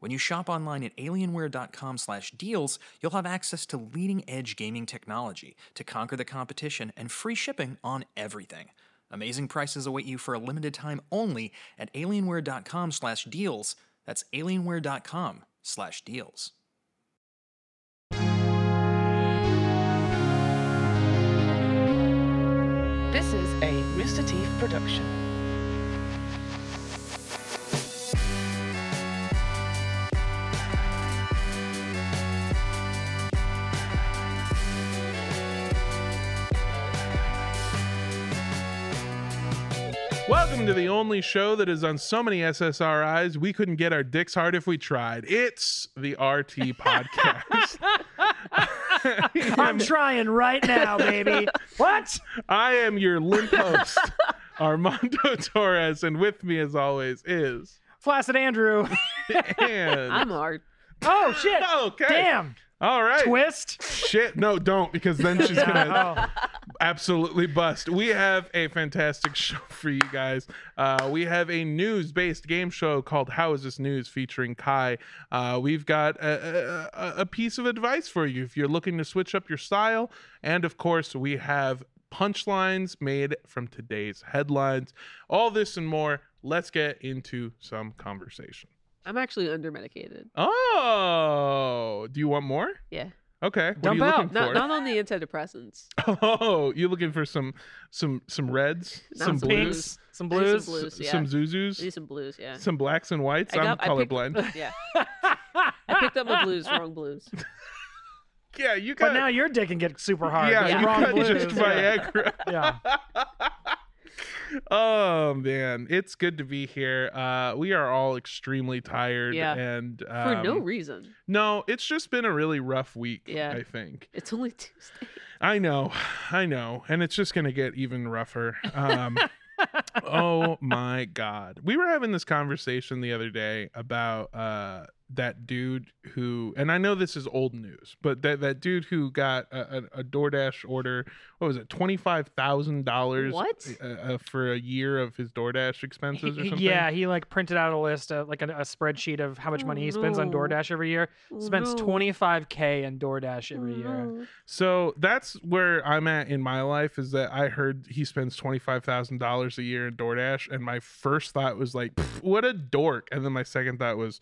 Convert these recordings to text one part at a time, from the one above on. When you shop online at alienware.com/deals, you'll have access to leading-edge gaming technology to conquer the competition and free shipping on everything. Amazing prices await you for a limited time only at alienware.com/deals. That's alienware.com/deals. This is a Mr. Teeth production. Welcome to the only show that is on so many SSRIs we couldn't get our dicks hard if we tried. It's the RT podcast. I'm trying right now, baby. What? I am your limp host, Armando Torres, and with me, as always, is Flaccid Andrew. and I'm hard. Oh shit. okay. Damn. All right. Twist. Shit. No, don't because then she's gonna Yeah, oh. absolutely bust. We have a fantastic show for you guys. Uh, we have a news based game show called How Is This News featuring Kai. Uh, we've got a, a- a, a piece of advice for you if you're looking to switch up your style. And of course, we have punchlines made from today's headlines. All this and more. Let's get into some conversation. I'm actually under medicated. Oh, do you want more? Yeah. Okay. What are Dump you looking out. for? Not not on the antidepressants. Oh, you looking for some some some reds, Not some some blues, Pinks. blues. Some I need blues. some blues, yeah. some I need zuzus, some blues, yeah. some blacks and whites. I I'm got- I picked- colorblind. yeah. I picked up my blues, wrong blues. yeah, you got. But now your dick can get super hard. yeah, It's you wrong got blues. just yeah. Viagra. yeah. oh man, it's good to be here. Uh, we are all extremely tired. Yeah. And um, For no reason. No, it's just been a really rough week. Yeah. I think. It's only Tuesday. I know, I know, and it's just gonna get even rougher. Um, oh my god, we were having this conversation the other day about uh, that dude who, and I know this is old news, but that that dude who got a, a, a DoorDash order, what was it, twenty five thousand dollars? What? Uh, uh, for a year of his DoorDash expenses or something? Yeah, he like printed out a list, of, like a, a spreadsheet of how much Oh, money he spends on no. DoorDash every year. Spends No. 25k on DoorDash every year. Oh, No. So that's where I'm at in my life is that I heard he spends twenty five thousand dollars a year in DoorDash, and my first thought was like, "Pff, "What a dork!" And then my second thought was,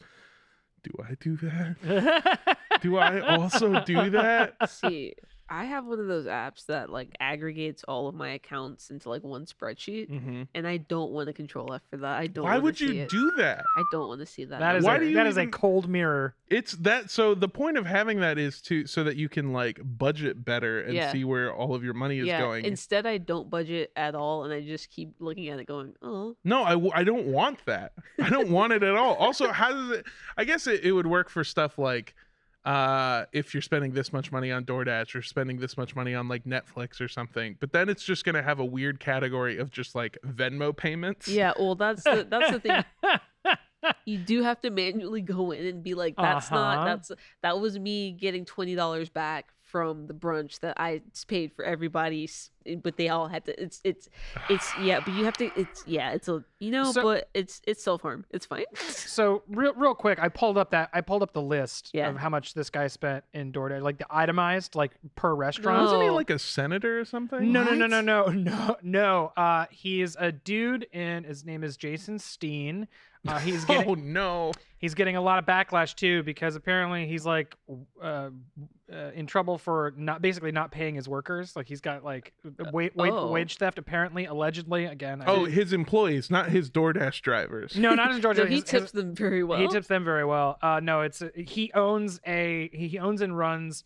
"Do I do that? Do I also do that?" See, I have one of those apps that like aggregates all of my accounts into like one spreadsheet, Mhm. and I don't want to control F for that. I don't. Why wanna would see you it. do that? I don't want to see that. that is number. Why a, do you that is a even- cold mirror. It's that. So the point of having that is to so that you can like budget better and Yeah. see where all of your money is yeah. going. Instead, I don't budget at all, and I just keep looking at it, going, "Oh, No, I, w- I don't want that. I don't want it at all. Also, how does it? I guess it, it would work for stuff like uh, if you're spending this much money on DoorDash or spending this much money on like Netflix or something. But then it's just going to have a weird category of just like Venmo payments. Yeah, well, that's the that's the thing. You do have to manually go in and be like, "That's Uh-huh. not that's that was me getting twenty dollars back from the brunch that I s- paid for everybody, s- but they all had to. It's it's it's yeah, but you have to. It's yeah, it's a you know, So- but it's it's self harm. It's fine. So real, real quick, I pulled up that I pulled up the list Yeah. of how much this guy spent in DoorDash, like the itemized, like per restaurant. Wasn't he No. like a senator or something? No, no, no, no, no, no, no. Uh, he's a dude, and his name is Jason Steen. Uh, he's getting Oh no! he's getting a lot of backlash too because apparently he's like uh, uh, in trouble for not basically not paying his workers. Like he's got like wage oh. wage theft apparently, allegedly. Again, I Oh, didn't- his employees, not his DoorDash drivers. no, not in Georgia. So he his- his- tips them very well. He tips them very well. Uh, no, it's he owns a he owns and runs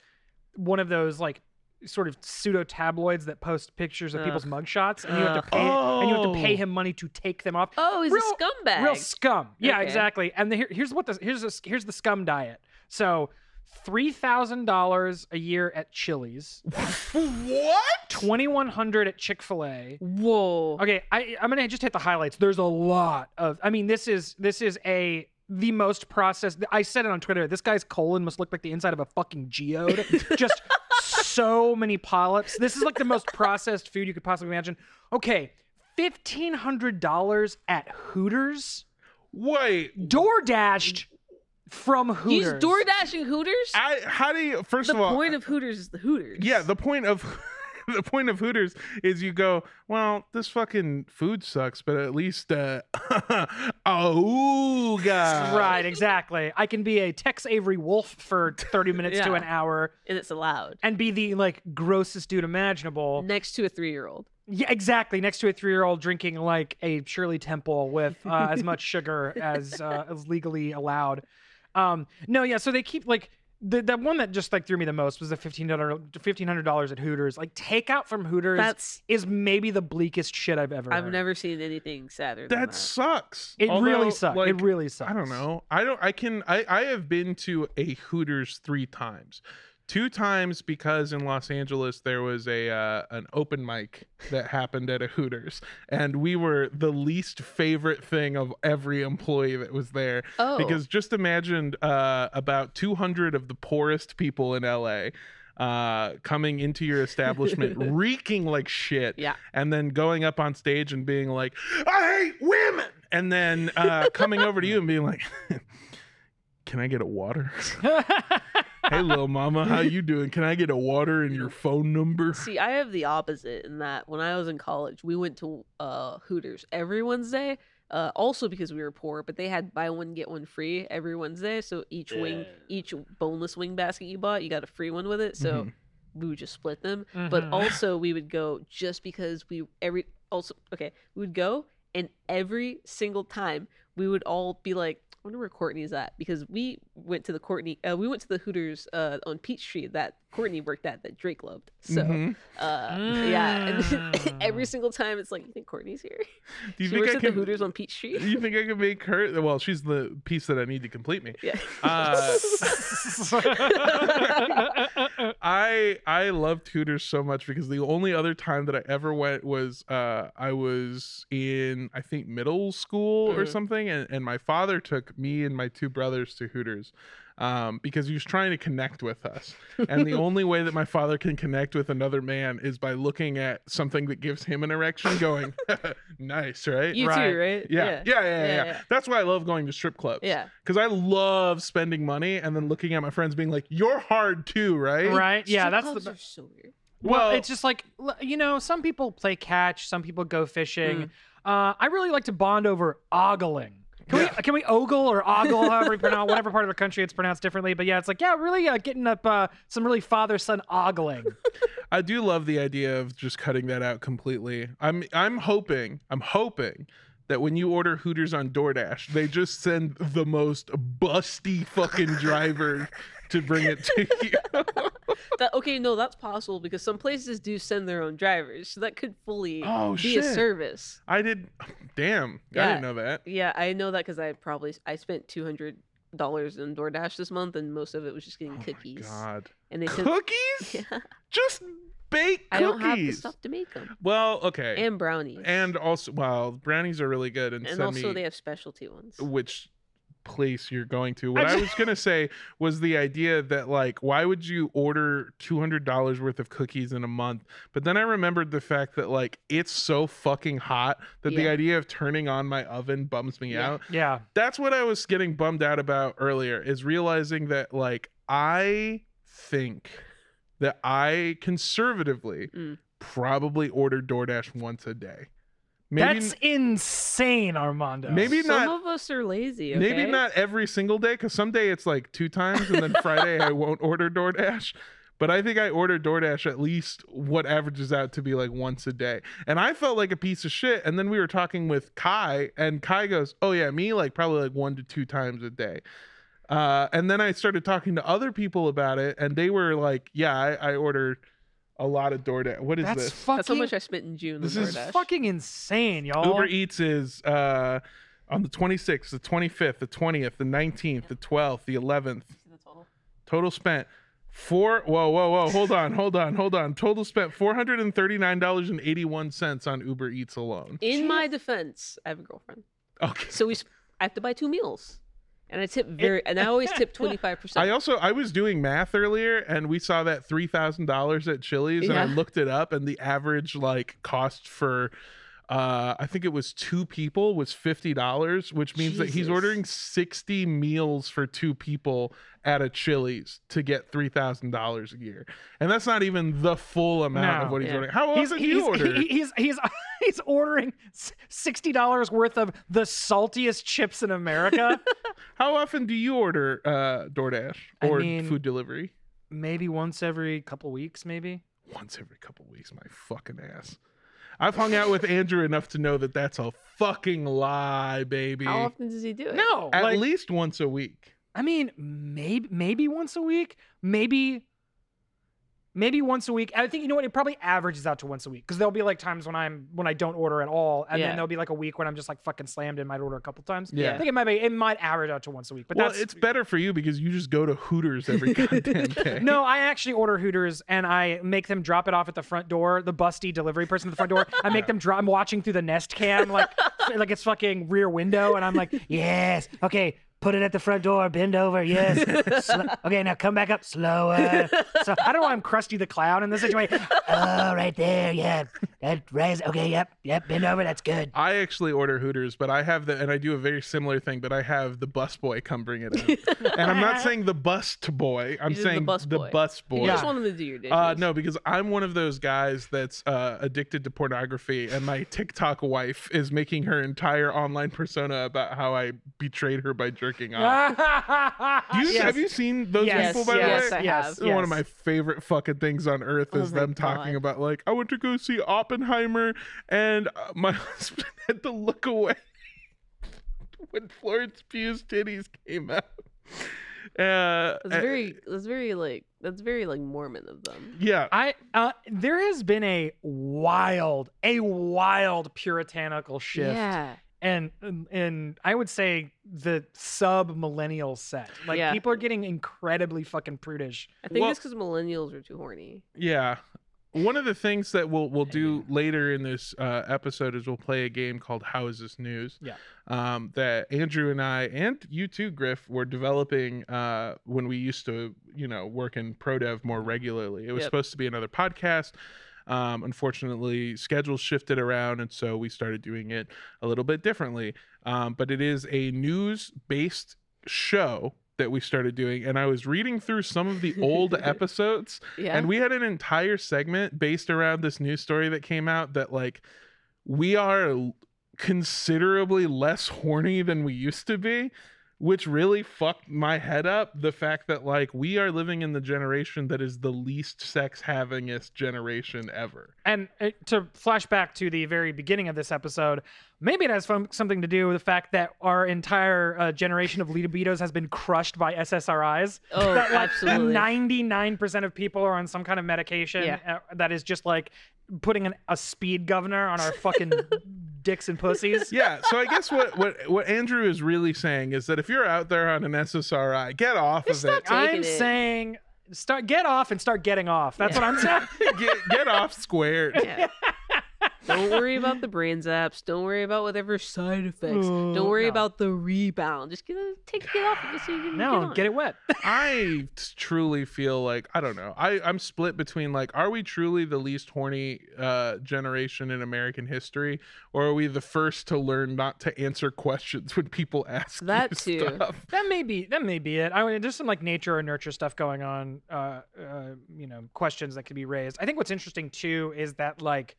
one of those like sort of pseudo tabloids that post pictures of people's mugshots, and you have to Ugh. pay and you have to pay Oh. him money to take them off. Oh, he's Real- a scumbag. Real scum. Yeah, Okay. exactly. And the, here, here's what the here's the here's the scum diet. So three thousand dollars a year at Chili's, What? twenty one hundred at Chick fil A. Whoa. Okay, I I'm gonna just hit the highlights. There's a lot of. I mean, this is this is a the most processed. I said it on Twitter. This guy's colon must look like the inside of a fucking geode. just so many polyps. This is like the most processed food you could possibly imagine. Okay, fifteen hundred dollars at Hooters, Wait. door dashed from He's Hooters. uh, door dashing Hooters. I how do you first the of all point of Hooters is the Hooters. Yeah, the point of the point of Hooters is you go, well, this fucking food sucks, but at least uh oh god. Right, exactly. I can be a Tex Avery Wolf for 30 minutes to Yeah. an hour and it's allowed and be the like grossest dude imaginable. next to a three-year-old. Yeah, exactly. Next to a three-year-old drinking like a Shirley Temple with uh, as much sugar as uh, as legally allowed. Um, no, yeah. So they keep like the the one that just like threw me the most was the fifteen hundred dollars at Hooters. Like takeout from Hooters That's is maybe the bleakest shit I've ever. I've heard. never seen anything sadder. Than That sucks. It Although, really sucks. like, it really sucks. I don't know. I don't I can I I have been to a Hooters 3 times. Two times because in Los Angeles there was a uh, an open mic that happened at a Hooters and we were the least favorite thing of every employee that was there That. Oh, because just imagined uh, about 200 of the poorest people in LA uh, coming into your establishment reeking like shit Yeah. and then going up on stage and being like, I hate women. And then uh, coming over to you and being like, can I get a water? hey, little mama, how you doing? Can I get a water and your phone number? See, I have the opposite in that when I was in college, we went to uh, Hooters every Wednesday, uh, also because we were poor, but they had buy one, get one free every Wednesday. So each wing, each boneless wing basket you bought, you got a free one with it. So Mhm. we would just split them. But Mhm. also, we would go just because we every also, okay, we would go and every single time we would all be like, I wonder where Courtney's at because we went to the Courtney, uh, we went to the Hooters uh, on Peachtree that Courtney worked at that Drake loved. So Mhm. uh yeah and then every Mm. single time it's like you think courtney's here do you she think works I at can? the hooters on peachtree you think I can make her? Well, she's the piece that I need to complete me. yeah Uh, I I loved Hooters so much because the only other time that I ever went was uh, I was in I think middle school or Mhm. something, and, and my father took me and my two brothers to Hooters um, because he was trying to connect with us. And the only way that my father can connect with another man is by looking at something that gives him an erection, going, "Nice, right?" you Right. too right yeah. Yeah. Yeah, Yeah, yeah, yeah, yeah. That's why I love going to strip clubs. Yeah. Because I love spending money and then looking at my friends being like, you're hard too, right? right? Yeah, Strip that's the clubs be- are so weird Well, Well- it's just like l- you know, some people play catch, some people go fishing. Mm. Uh, I really like to bond over ogling. Can we can we ogle or ogle however you pronounce whatever part of the country it's pronounced differently? But yeah, it's like yeah, really uh, getting up uh, some really father son ogling. I do love the idea of just cutting that out completely. I'm I'm hoping, I'm hoping that when you order Hooters on DoorDash, they just send the most busty fucking driver to bring it to you. that okay no that's possible because some places do send their own drivers so that could fully Oh, be a shit. service I did damn. I Yeah. didn't know that. yeah i know that because i probably i spent 200 dollars in DoorDash this month, and most of it was just Oh getting my cookies. God. And they sent, Cookies? yeah, Just bake I don't have the cookies. stuff to make them. Well, okay. And brownies. and also well brownies are really good and, and send also me they have specialty ones. which place you're going to what I i, ju- was gonna say was the idea that like why would you order $200 worth of cookies in a month but then i remembered the fact that like it's so fucking hot that the Yeah. idea of turning on my oven bums me Yeah. out yeah, that's what i was getting bummed out about earlier is realizing that like i think that i conservatively Mm. probably order doordash once a day maybe that's insane, Armando. Maybe Some not. of us are lazy. Maybe okay? not every single day, because someday it's like two times, and then Friday I won't order DoorDash. But I think I order DoorDash at least what averages out to be like once a day. And I felt like a piece of shit. And then we were talking with Kai, and Kai goes, "Oh yeah, me like probably like one to two times a day." Uh, and then I started talking to other people about it, and they were like, "Yeah, I, I order a lot of DoorDash. What is that's this? fucking That's how much I spent in June. This on is DoorDash. fucking insane, y'all. Uber Eats is uh, on the 26th, the 25th, the 20th, the 19th, the 12th, the 11th, Total spent four. Whoa, whoa, whoa! Hold on, hold on, hold on. Total spent four hundred and thirty nine dollars and eighty one cents on Uber Eats alone. In my defense, I have a girlfriend, Okay. so we sp- I have to buy two meals, and I tip very, and I always tip twenty five I percent. also I was doing math earlier and we saw that three thousand dollars at Chili's and I Yeah. looked it up and the average like cost for uh I think it was two people was fifty dollars, which means that he's Jesus. ordering sixty meals for two people at a Chili's to get three thousand dollars a year. And that's not even the full amount of No. what he's Yeah. ordering. How He's often do you he's, order? he- he's he's he's ordering s- sixty dollars worth of the saltiest chips in America. How often do you order uh DoorDash I or mean- food delivery? maybe once every couple weeks, maybe. once every couple weeks. My fucking ass. I've hung out with Andrew enough to know that that's a fucking lie, baby. How often does he do it? No, At like, least once a week. I mean, maybe maybe once a week, maybe maybe once a week. I think you know what it probably averages out to once a week because there'll be like times when I'm when I don't order at all, and Yeah. then there'll be like a week when I'm just like fucking slammed and might order a couple times. Yeah. I think it might be it might average out to once a week, but well, that's it's better for you because you just go to Hooters every goddamn day. No, I actually order Hooters and I make them drop it off at the front door. The busty delivery person at the front door. I make them drop. I'm watching through the Nest cam like like it's fucking Rear Window, and I'm like, yes, okay. Put it at the front door. Bend over. Yes. Sl- okay, now come back up slower. So I don't know. why I'm Krusty the Clown in this situation. Oh, right there. Yeah. That raise. Okay. Yep. Yep. Bend over. That's good. I actually order Hooters, but I have the and I do a very similar thing, but I have the bus boy come bring it out. and I'm not saying the bus boy. I'm You're the saying bus boy. bus You boy. just want him to do your dishes. Uh, no, because I'm one of those guys that's uh, addicted to pornography, and my TikTok wife is making her entire online persona about how I betrayed her by jerking off. Do you- Have you seen those Ah, Yes, people? By yes, the way, I have. It's one of my favorite fucking things on earth is my them talking God. about like I went to go see Oppenheimer, and uh, my husband had to look away when Florence Pugh's titties came out. Uh, that's eh, uh, very, that's very like, that's very like Mormon of them. yeah. I uh, there has been a wild, a wild puritanical shift, Yeah, and and I would say the sub millennial set. Like Yeah. people are getting incredibly fucking prudish. I think Well- it's because millennials are too horny. Yeah. One of the things that we'll we'll do later in this uh, episode is we'll play a game called How Is This News? Yeah. Um, that Andrew and I and you too, Griff, were developing uh, when we used to you know work in pro dev more regularly. It was Yep. supposed to be another podcast. Um, unfortunately, schedules shifted around, and so we started doing it a little bit differently. Um, but it is a news based show that we started doing, and I was reading through some of the old episodes Yeah, and we had an entire segment based around this news story that came out that like we are l- considerably less horny than we used to be, which really fucked my head up. The fact that like we are living in the generation that is the least sex havingest generation ever. And uh, to flash back to the very beginning of this episode, maybe it has fun, something to do with the fact that our entire uh, generation of libidos has been crushed by SSRIs. oh, that like absolutely. 99% of people are on some kind of medication Yeah. uh, that is just like putting an, a speed governor on our fucking dicks and pussies. Yeah, so I guess what what what Andrew is really saying is that if you're out there on an SSRI, get off It's of it. not Taking I'm it. saying start get off and start getting off. That's what I'm saying. Get get off squared. Yeah. Don't worry about the brain zaps. Don't worry about whatever side effects. Don't Oh, worry no. about the rebound. Just get a, take it off of it so you can No, on. get it wet. I t- truly feel like I don't know. I I'm split between like, are we truly the least horny uh, generation in American history, or are we the first to learn not to answer questions when people ask That you too. stuff? That may be that may be it. I mean, there's some like nature or nurture stuff going on. Uh, uh, you know, questions that could be raised. I think what's interesting too is that like,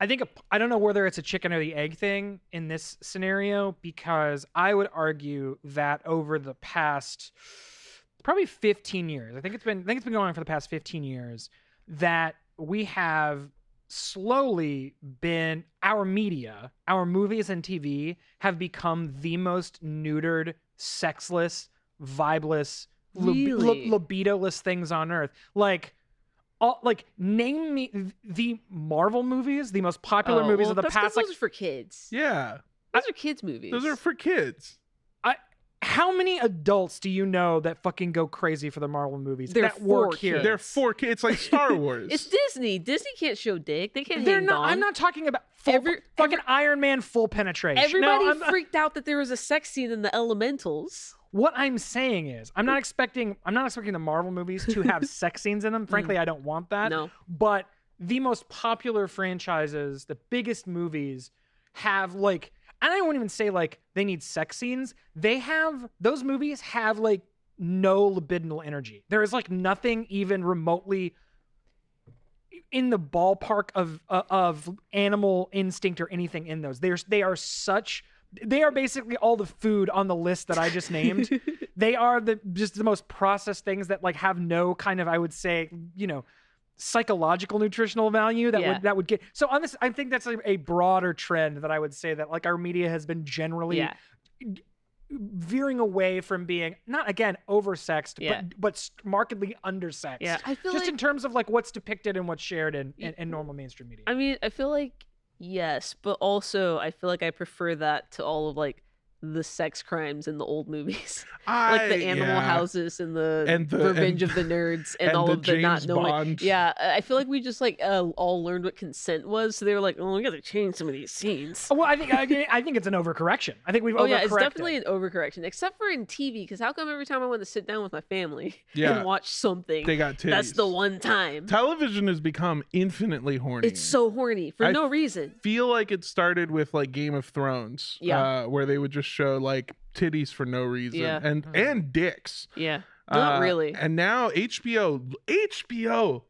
I think a, I don't know whether it's a chicken or the egg thing in this scenario because I would argue that over the past probably 15 years, I think it's been I think it's been going on for the past 15 years that we have slowly been our media, our movies and TV have become the most neutered, sexless, vibeless, lib- lib- Really? libidoless things on earth. Like, all, like name me th- the Marvel movies, the most popular Oh, movies well, of the that's 'cause past. Like, Those are for kids. Yeah, Those are kids movies. those are for kids. how many adults do you know that fucking go crazy for the Marvel movies They're that work four here? kids. They're four kids. It's like Star Wars. It's Disney. Disney can't show dick. They can't. They're hang not. on. I'm not talking about full Every- fucking every- Iron Man full penetration. No, Everybody I'm- freaked out that there was a sex scene in the Elementals. what I'm saying is, I'm not expecting. I'm not expecting the Marvel movies to have sex scenes in them. Frankly, I don't want that. No. But the most popular franchises, the biggest movies, have like, and I won't even say like they need sex scenes. They have those movies have like no libidinal energy. There is like nothing even remotely in the ballpark of uh, of animal instinct or anything in those. They're they are such they are basically all the food on the list that I just named. they are the just the most processed things that like have no kind of I would say, you know, psychological nutritional value that Yeah. would that would get. So on this I think that's a, a broader trend that I would say that like our media has been generally Yeah. veering away from being not again oversexed Yeah. but but st- markedly undersexed Yeah. I feel just like. in terms of like what's depicted and what's shared in, in, Y- in normal mainstream media. I mean, I feel like yes, but also I feel like I prefer that to all of like the sex crimes in the old movies, I, like the Animal yeah. Houses and the, And the- Revenge and- of the Nerds and, and all the of the not James knowing. Bond. Yeah, I I feel like we just like uh, all learned what consent was, so they were like, "Oh, we got to change some of these scenes." Oh, well, I think I, think- I think it's an overcorrection. I think we've Oh yeah, it's overcorrected. definitely an overcorrection, except for in TV. Because how come every time I want to sit down with my family Yeah. and watch something, They got titties. that's the one time Television has become infinitely horny. it's so horny for I no reason. feel like it started with like Game of Thrones, Yeah. uh, where they would just show like titties for no reason Yeah. and Mm-hmm. and dicks. Yeah, not Uh, really. And now HBO HBO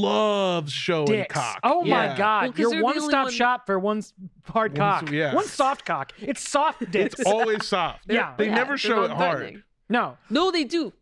loves showing Dicks. cock. Oh my Yeah. Well, God! 'cause they're Your the only one-stop one- shop for one s- hard One- cock, yeah. one soft cock. It's soft dicks. It's always soft. They're- Yeah. They Yeah, never they're show it non-threatening. hard. no, No, they do.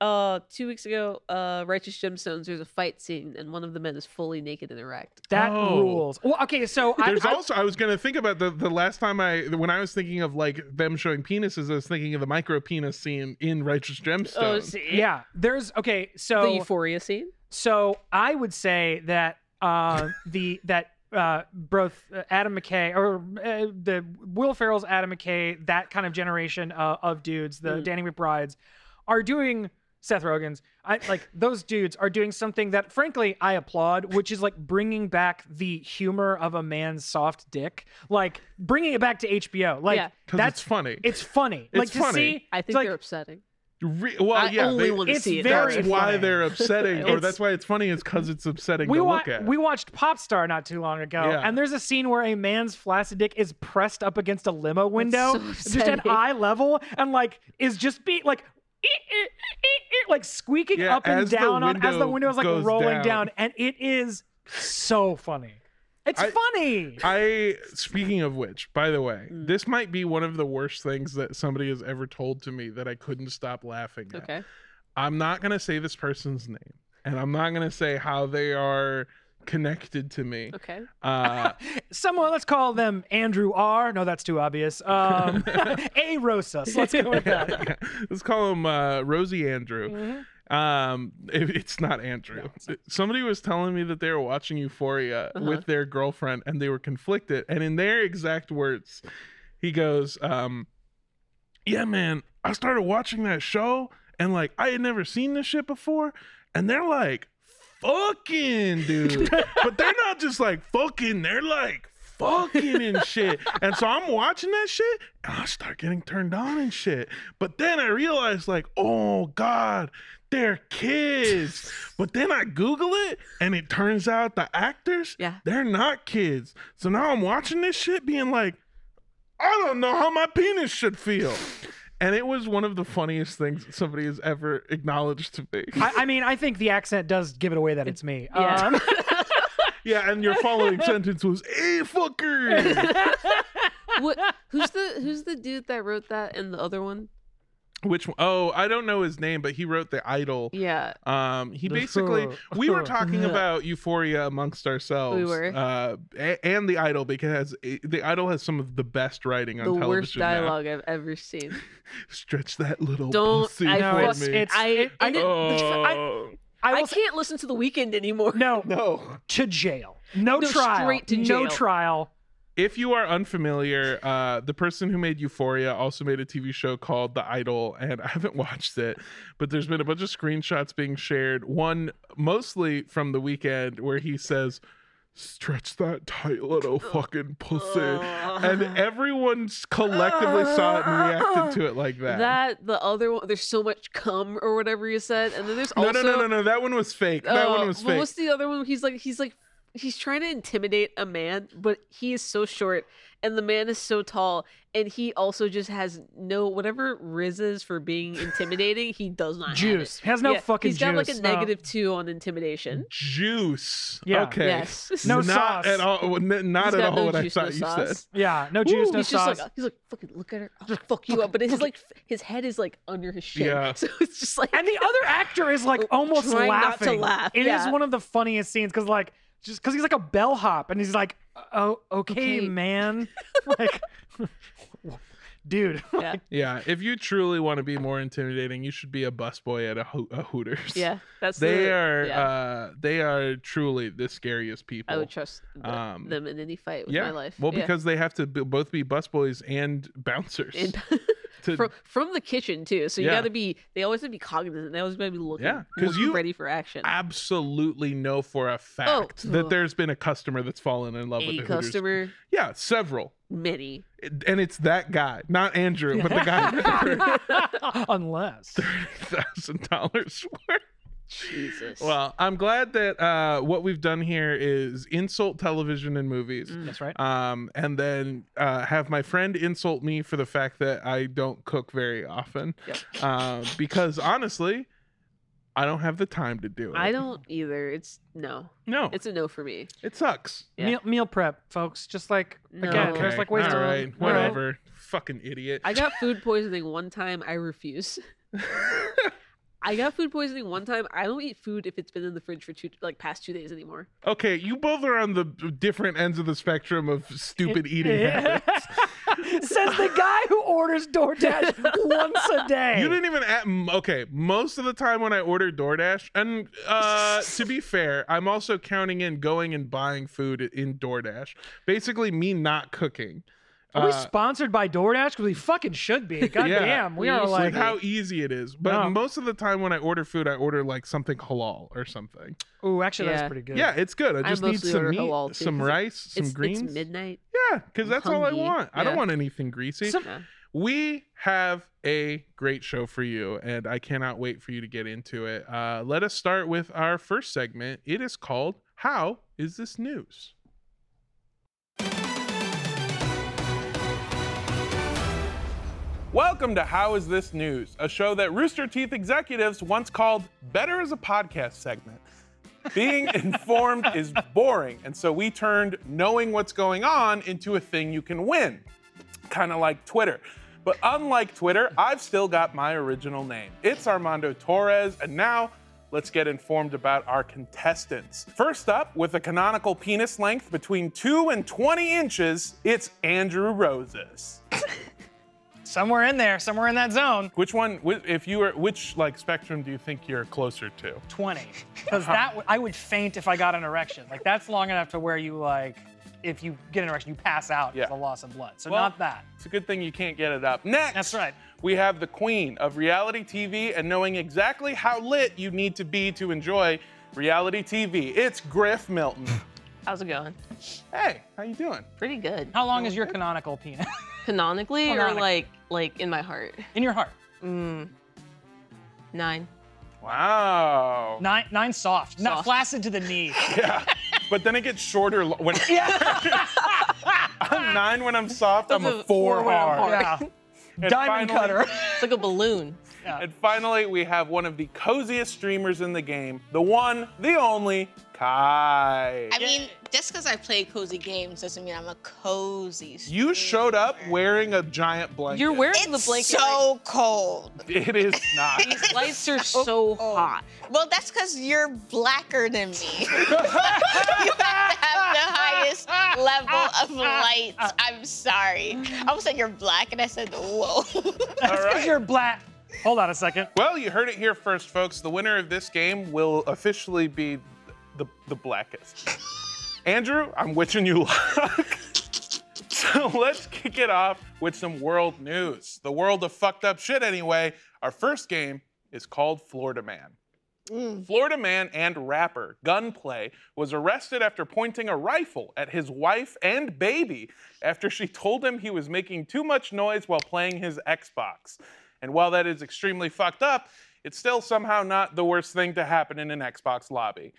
Uh, two weeks ago, uh, Righteous Gemstones. There's a fight scene, and one of the men is fully naked and erect. that Oh. rules. Well, okay, so I, There's I- also I was gonna think about the the last time I when I was thinking of like them showing penises, I was thinking of the micro penis scene in Righteous Gemstones. Oh, see, yeah. There's okay, so the Euphoria scene. So I would say that uh, the that uh, both uh, Adam McKay or uh, the Will Ferrell's Adam McKay, that kind of generation uh, of dudes, the Mm. Danny McBrides, are doing Seth Rogen's. I like those dudes are doing something that, frankly, I applaud, which is like bringing back the humor of a man's soft dick, like bringing it back to HBO. Like Yeah. 'Cause that's it's funny. it's funny. It's like to funny. see, I it's think like, they're upsetting. Re- well, I yeah, only they- want to it's see it. very that that's way. why funny. they're upsetting, or It's- that's why it's funny, is because it's upsetting we to wa- look at. we watched Popstar not too long ago, Yeah. and there's a scene where a man's flaccid dick is pressed up against a limo window, so just at upsetting. eye level, and like is just be like. "Ee, ee, ee, ee," Like squeaking Yeah, up and as the down on as the window window is like goes rolling down. down. and it is so funny. It's I- funny. I speaking of which, by the way, this might be one of the worst things that somebody has ever told to me that I couldn't stop laughing at. Okay. I'm not gonna say this person's name, and I'm not gonna say how they are connected to me. Okay. Uh, Someone, let's call them Andrew R. No, that's too obvious. Um, a Rosas. Let's go with that. let's call him uh, Rosie Andrew. Um, it- it's not Uh-huh. Andrew. Somebody was telling me that they were watching Euphoria with their girlfriend and they were conflicted. And in their exact words, he goes, um, Yeah, man, I started watching that show and like I had never seen this shit before. And they're like, Fucking, dude. but they're not just like fucking, they're like, Fucking and shit. And so I'm watching that shit and I start getting turned on and shit. But then I realized, like, oh God, they're kids. but then I Google it and it turns out the actors, Yeah. they're not kids. So now I'm watching this shit being like, I don't know how my penis should feel. And it was one of the funniest things that somebody has ever acknowledged to me. I, I mean, I think the accent does give it away that it's me. Yeah. Um, yeah, and your following sentence was, hey, fucker. what? Who's the Who's the dude that wrote that and the other one? Which, one- oh, I don't know his name, but he wrote The Idol. Yeah. Um, he basically we were talking about Euphoria amongst ourselves. We were. uh, a- and the Idol because it, the Idol has some of the best writing on The television. worst now. dialogue I've ever seen. Stretch that little Don't- pussy I- no, for it's, me. it's I- it- I didn't- oh, I will I say- can't listen to the weekend anymore. No, no. to jail. No, No, trial. straight to No jail. trial. if you are unfamiliar, uh, the person who made Euphoria also made a TV show called The Idol, and I haven't watched it, but there's been a bunch of screenshots being shared. One mostly from the weekend where he says, "Stretch that tight little fucking pussy," and everyone s- collectively saw it and reacted to it like that. That the other one, there's so much cum or whatever you said, and then there's no, also no, no, no, no. That one was fake. That uh, one was what fake. What's the other one? He's like he's like he's trying to intimidate a man, but he is so short and the man is so tall, and he also just has no whatever rizzes for being intimidating. he does not have it. Juice. Has no Yeah, fucking He's got like juice, a no. negative two on intimidation. Juice. Yeah. Okay. Yes. No not sauce. at all. well, n- He's Not at got all. no what I juice, no thought you said. sauce. Yeah, no juice, no he's sauce. just like he's like fucking look at her. I'll fuck you up. But his like f- his head is like under his chin. Yeah. So it's just like and the other actor is like almost Trying not to laughing. laugh, It is yeah. one of the funniest scenes because like just because he's like a bellhop and he's like, oh, okay, Okay. man, like, dude, yeah. Yeah, if you truly want to be more intimidating, you should be a busboy at a, ho- a Hooters. yeah. That's they the, are. yeah. Uh, they are truly the scariest people. I would trust the, um, them in any fight with yeah. my life. Well, Yeah. because they have to b- both be busboys and bouncers. And- to, from from the kitchen too. So you Yeah. got to be. They always have to be cognizant. They always got to be looking. Yeah, 'cause looking you- ready for action. absolutely know for a fact that Oh, ugh. there's been a customer that's fallen in love with A the Hooters. customer, Yeah, several. many. It- And it's that guy, not Andrew, but the guy unless thousand dollars worth. Jesus. Well, I'm glad that uh, what we've done here is insult television and movies. Mm. that's right. Um, and then uh, have my friend insult me for the fact that I don't cook very often. Uh, because honestly, I don't have the time to do it. I don't either. It's no. No, It's a no for me. it sucks. Yeah. Meal, meal prep, folks. Just like No. again, there's Okay, like ways all to right, No. whatever. Fucking idiot. I got food poisoning one time. I refuse. I got food poisoning one time. I don't eat food if it's been in the fridge for two, like past two days anymore. okay, you both are on the different ends of the spectrum of stupid eating habits. Says the guy who orders DoorDash once a day. You didn't even at m- okay. Most of the time when I order DoorDash, and uh, to be fair, I'm also counting in going and buying food in DoorDash. Basically, me not cooking. are we Uh, sponsored by DoorDash? Because we fucking should be. God Yeah. damn, we We are should with like. how easy it is, but No. most of the time when I order food, I order like something halal or something. Ooh, actually, that's Yeah. pretty good. Yeah, it's good. I I just need mostly some order meat, halal, too, some 'cause rice, some it's, greens. it's midnight. yeah, because that's all I hungry. want. I don't Yeah. want anything greasy. Some- Yeah. we have a great show for you and i cannot wait for you to get into it uh, let us start with our first segment it is called how is this news Welcome to How Is This News, a show that Rooster Teeth executives once called Better as a Podcast segment. Being informed is boring, and so we turned knowing what's going on into a thing you can win kind of like Twitter. But unlike Twitter, I've still got my original name. It's Armando Torres, and now let's get informed about our contestants. First up, with a canonical penis length between 2 and 20 inches, it's Andrew Roses. Somewhere in there, somewhere in that zone, Which one, whi- if you were, which like spectrum do you think you're closer to? 20. Because that w- I would faint if I got an erection. Like that's long enough to where you like, if you get an erection, you pass out Yeah. of the loss of blood. So Well- not that. It's a good thing you can't get it up. Next, That's right. We have the queen of reality TV and knowing exactly how lit you need to be to enjoy reality TV. It's Griff Milton. How's it going? Hey, how you doing? Pretty good. How long is your canonical penis? Canonically, Canonically. or like like in my heart? in your heart? Nine. Wow. Nine, nine soft, not Soft. flaccid to the knee. But then it gets shorter lo- when I'm nine when I'm soft. I'm a Those are four, four when I'm hard. hard. yeah. And Diamond finally- cutter. It's like a balloon. And finally, we have one of the coziest streamers in the game, the one, the only, Kai. I mean, just because I play cozy games doesn't mean I'm a cozy. You showed up wearing a giant blanket. You're wearing It's the blanket. right? so cold. It is not. These lights are so oh, hot. Well, that's because you're blacker than me. you have to have the highest level of lights. I'm sorry. I almost said you're black, and I said, whoa. All right. You're black. Hold on a second. Well, you heard it here first, folks. The winner of this game will officially be the the blackest. Andrew, I'm wishing you luck. So let's kick it off with some world news. The world of fucked up shit, anyway. Our first game is called Florida Man. Florida man and rapper Gunplay was arrested after pointing a rifle at his wife and baby after she told him he was making too much noise while playing his Xbox. And while that is extremely fucked up, it's still somehow not the worst thing to happen in an Xbox lobby.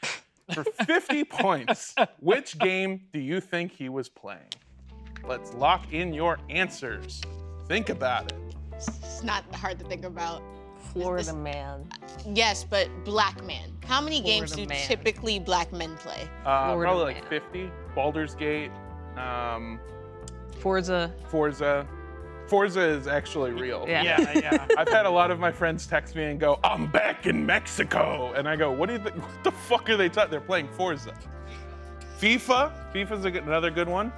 For 50 points, which game do you think he was playing? Let's lock in your answers. Think about it. It's not hard to think about. Florida man. Yes, but black man. How many games do Florida man. typically black men play? Uh, Florida probably like man. 50. Baldur's Gate. Um, Forza. Forza. Forza is actually real. Yeah. Yeah, yeah. I've had a lot of my friends text me and go, "I'm back in Mexico," and I go, "What do you think? What the fuck are they talking? They're playing Forza." FIFA. FIFA's a good, another good one.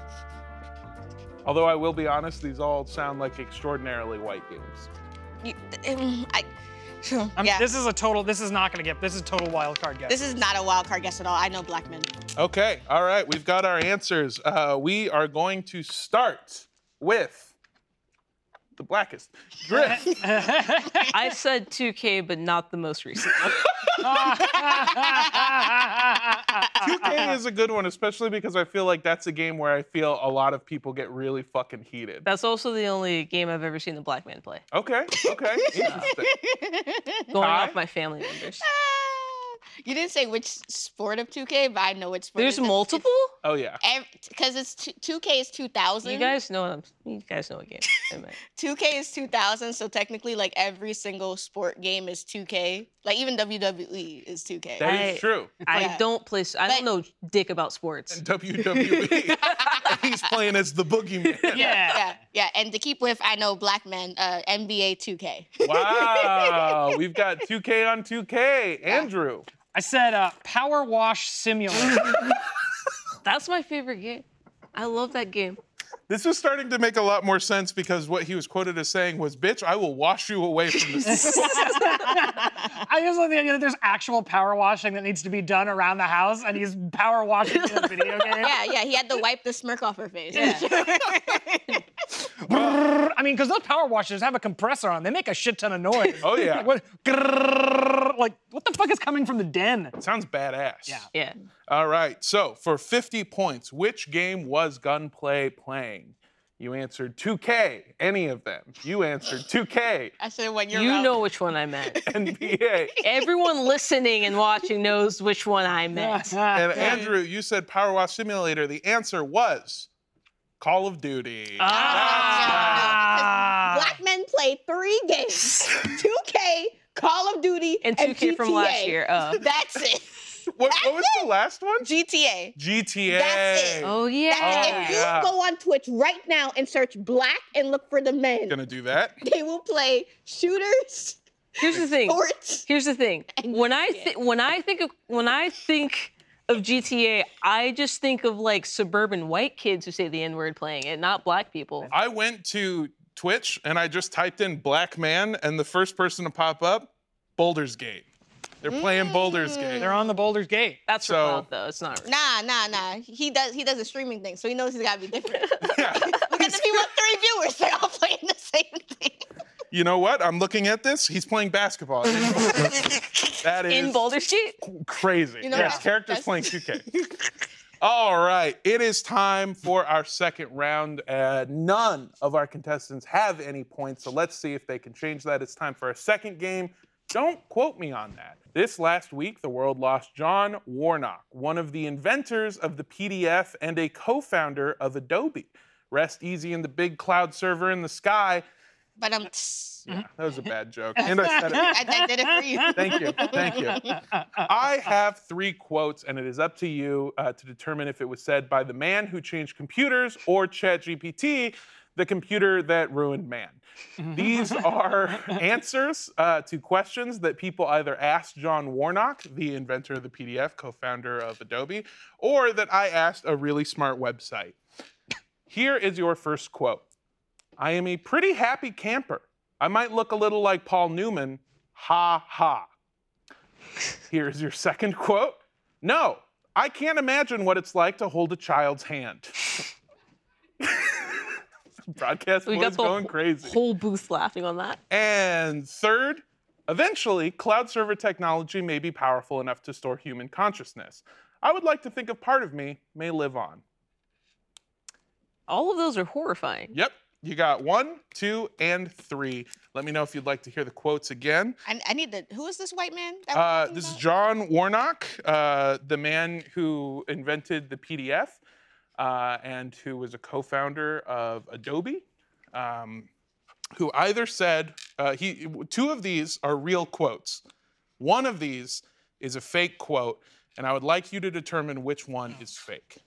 Although I will be honest, these all sound like extraordinarily white games. You, um, I, I'm, yeah. This is a total. This is not gonna get. This is a total wild card guess. This is not a wild card guess at all. I know black men. Okay, all right, we've got our answers. Uh, we are going to start with the blackest. Griff. I said 2K, but not the most recent. one. 2K is a good one, especially because I feel like that's a game where I feel a lot of people get really fucking heated. That's also the only game I've ever seen the black man play. Okay, okay, interesting. Going Ty? off my family members. you didn't say which sport of 2K, but I know which sport. There's multiple. Oh yeah. Because it's two, 2K is 2000. You guys know what I'm. You guys know what game. I meant. 2K is 2000, so technically, like every single sport game is 2K. Like even WWE is 2K. that is I- true. I Yeah. don't play. s- I don't know dick about sports. And WWE. E. he's playing as the boogeyman. yeah. yeah, yeah. And to keep with, I know black men, uh, NBA 2K. Wow. We've got 2K on 2K. Andrew. I said uh, Power Wash Simulator. That's my favorite game. I love that game. This is starting to make a lot more sense because what he was quoted as saying was, "Bitch, I will wash you away from this." I just love the idea that there's actual power washing that needs to be done around the house, and he's power washing in a video game. Yeah, yeah. He had to wipe the smirk off her face. I mean, because those power washers have a compressor on, they make a shit ton of noise. Oh, yeah. Like, what, grrrr, like, what the fuck is coming from the den? Sounds badass. Yeah. Yeah. All right. So for 50 points, which game was Gunplay playing? You answered 2K. Any of them. You answered 2K. I said when you're you out. know which one I meant. NBA. Everyone listening and watching knows which one I meant. And Andrew, you said Power Wash Simulator. The answer was Call of Duty. Ah. Black men play three games: 2K, Call of Duty, And 2K from last GTA. year. Oh. That's it. what, what was the last one? GTA. GTA. That's it. Oh yeah. That's Oh, it. if yeah. you go on Twitch right now and search black and look for the men, Gonna do that. they will play shooters, Here's the thing. sports. Here's the thing. When I th- when I think of when I think of GTA, I just think of like suburban white kids who say the N word playing it, not black people. I went to Twitch and I just typed in black man, and the first person to pop up, Boulder's Gate. They're playing Boulder's Mm. Gate. They're on the Boulder's Gate. That's So- so, though. It's not. Nah, nah, nah. He does. He does a streaming thing, so he knows he's got to be different. Yeah. because if he wants three viewers, they're all playing the same thing. You know what? I'm looking at this. He's playing basketball. that is In Boulder's Gate. crazy. You know, yeah. that's- His character's that's- playing 2K. All right, it is time for our second round. Uh, none of our contestants have any points, so let's see if they can change that. It's time for our second game. Don't quote me on that. This last week, the world lost John Warnock, one of the inventors of the PDF and a co founder of Adobe. Rest easy in the big cloud server in the sky. But I'm. That was a bad joke. And I said it. I, I did it for you. Thank you. Thank you. I have three quotes, and it is up to you uh, to determine if it was said by the man who changed computers or ChatGPT, the computer that ruined man. Mm-hmm. These are answers uh, to questions that people either asked John Warnock, the inventor of the PDF, co founder of Adobe, or that I asked a really smart website. Here is your first quote I am a pretty happy camper. I might look a little like Paul Newman. Ha ha. Here's your second quote. No, I can't imagine what it's like to hold a child's hand. Broadcast We boys got the going wh- crazy. whole booth laughing on that. And third, eventually, cloud server technology may be powerful enough to store human consciousness. I would like to think of part of me may live on. All of those are horrifying. Yep, you got one, two, and three. Let me know if you'd like to hear the quotes again. I, I need to. Who is this white man? that we're Uh, talking this is about? John Warnock, uh, the man who invented the PDF uh, and who was a co founder of Adobe, um, who either said, uh, he, two of these are real quotes. One of these is a fake quote, and I would like you to determine which one is fake.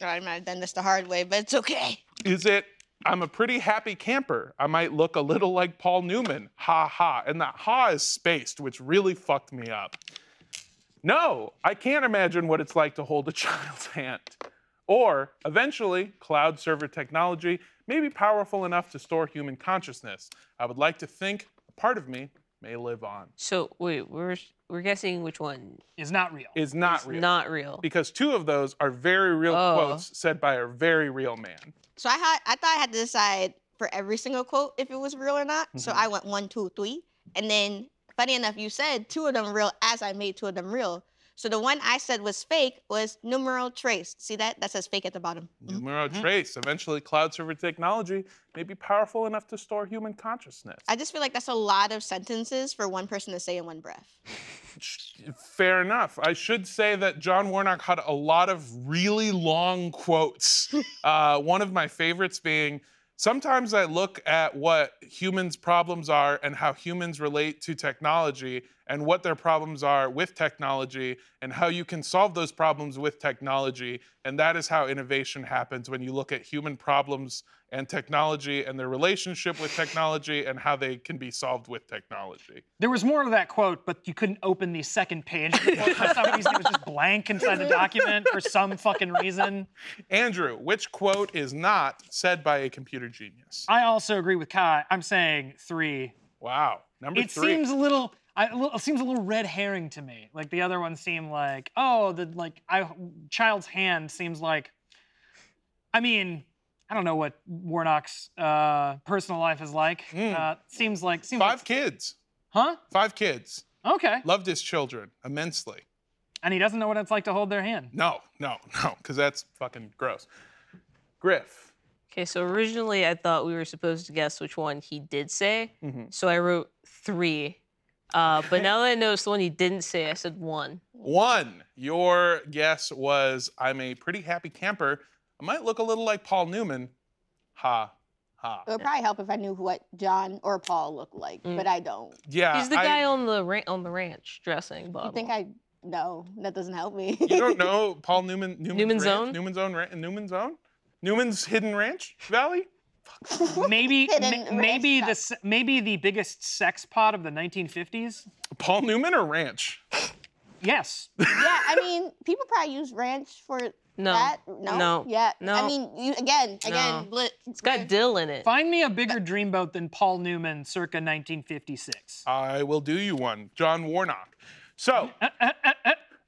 God, I might have done this the hard way, but it's okay. Is it, I'm a pretty happy camper. I might look a little like Paul Newman. Ha ha. And that ha is spaced, which really fucked me up. No, I can't imagine what it's like to hold a child's hand. Or, eventually, cloud server technology may be powerful enough to store human consciousness. I would like to think a part of me may live on. So wait, we're we're guessing which one Is not real. Is not is real. not real. because two of those are very real Oh. quotes said by a very real man. So I had, I thought I had to decide for every single quote if it was real or not. So Mhm. I went one, two, three, and then funny enough, you said two of them real as I made two of them real. So the one I said was fake was numeral trace. See that? That says fake at the bottom. Mhm. Numero trace. Eventually, cloud server technology may be powerful enough to store human consciousness. I just feel like that's a lot of sentences for one person to say in one breath. Fair enough. I should say that John Warnock had a lot of really long quotes. uh, one of my favorites being sometimes I look at what humans' problems are and how humans relate to technology and what their problems are with technology and how you can solve those problems with technology. And that is how innovation happens when you look at human problems and technology and their relationship with technology and how they can be solved with technology. There was more to that quote, but you couldn't open the second page. of the quote For some reason, it was just blank inside the document for some fucking reason. Andrew, which quote is not said by a computer genius? I also agree with Kai. I'm saying three. Wow. Number It three. seems a little. I, a little- it seems a little red herring to me. Like the other one seemed like, oh, the like I, child's hand seems like. I mean, I don't know what Warnock's uh, personal life is like. Mm. Uh, seems like seems Five like- kids. huh? Five kids. Okay. Loved his children immensely. And he doesn't know what it's like to hold their hand. No, no, no, because that's fucking gross. Griff. Okay, so originally I thought we were supposed to guess which one he did say, Mhm. so I wrote three. Uh, but now that I know it's the one he didn't say, I said one. One, your guess was I'm a pretty happy camper. I might look a little like Paul Newman. Ha, ha. It would probably help if I knew what John or Paul looked like, Mm. but I don't. Yeah. He's the Uh, I- guy on the ra- on the ranch dressing You bottle. think I? No, that doesn't help me. You don't know Paul Newman. Newman's, Newman's ranch? Own? Newman's own. Ra- Newman's own. Newman's Hidden Ranch Valley. Maybe Hidden ma- maybe ranch the s- maybe the biggest sex pod of the 1950s. Paul Newman or Ranch? Yes. yeah, I mean, people probably use ranch for no, that. No. no, Yeah. I no. mean, you, again, again, No. bli- it's got dill in it. Find me a bigger dreamboat than Paul Newman circa 1956. I will do you one. John Warnock. So,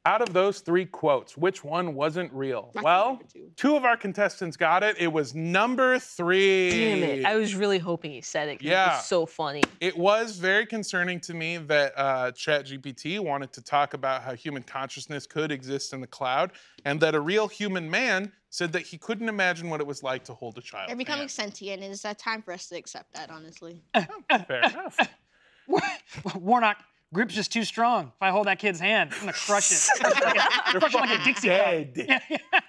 out of those three quotes, which one wasn't real? well, two of our contestants got it. It was number three. Damn it! I was really hoping he said it. 'cause it Yeah. was so funny. It was very concerning to me that uh, ChatGPT wanted to talk about how human consciousness could exist in the cloud, and that a real human man said that he couldn't imagine what it was like to hold a child. They're becoming hand. sentient, and it's that time for us to accept that, honestly. Fair enough. Warnock, grip's just too strong. If I hold that kid's hand, I'm gonna crush it. They're Crush it like a fucking Dixie dead. cup.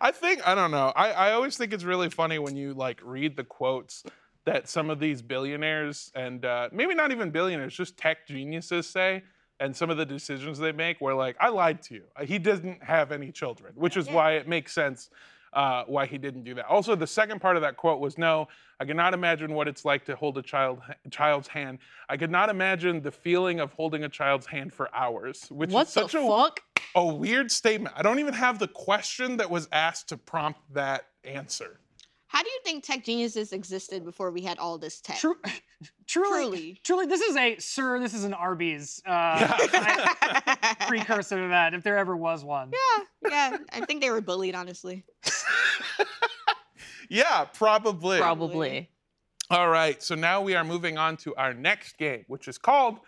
I think I don't know. I, I always think it's really funny when you like read the quotes that some of these billionaires and uh, maybe not even billionaires, just tech geniuses say, and some of the decisions they make. Where like, I lied to you. Uh, He doesn't have any children, which is why it makes sense uh, why he didn't do that. Also, the second part of that quote was, "No, I cannot imagine what it's like to hold a child child's hand. I could not imagine the feeling of holding a child's hand for hours." Which What is the such a fuck? a weird statement. I don't even have the question that was asked to prompt that answer. How do you think tech geniuses existed before we had all this tech? True, truly, truly, Truly. this is a sir. This is an Arby's uh, Yeah. yeah, precursor to that, if there ever was one. yeah. I think they were bullied, honestly. Yeah, probably. Probably. All right, so now we are moving on to our next game, which is called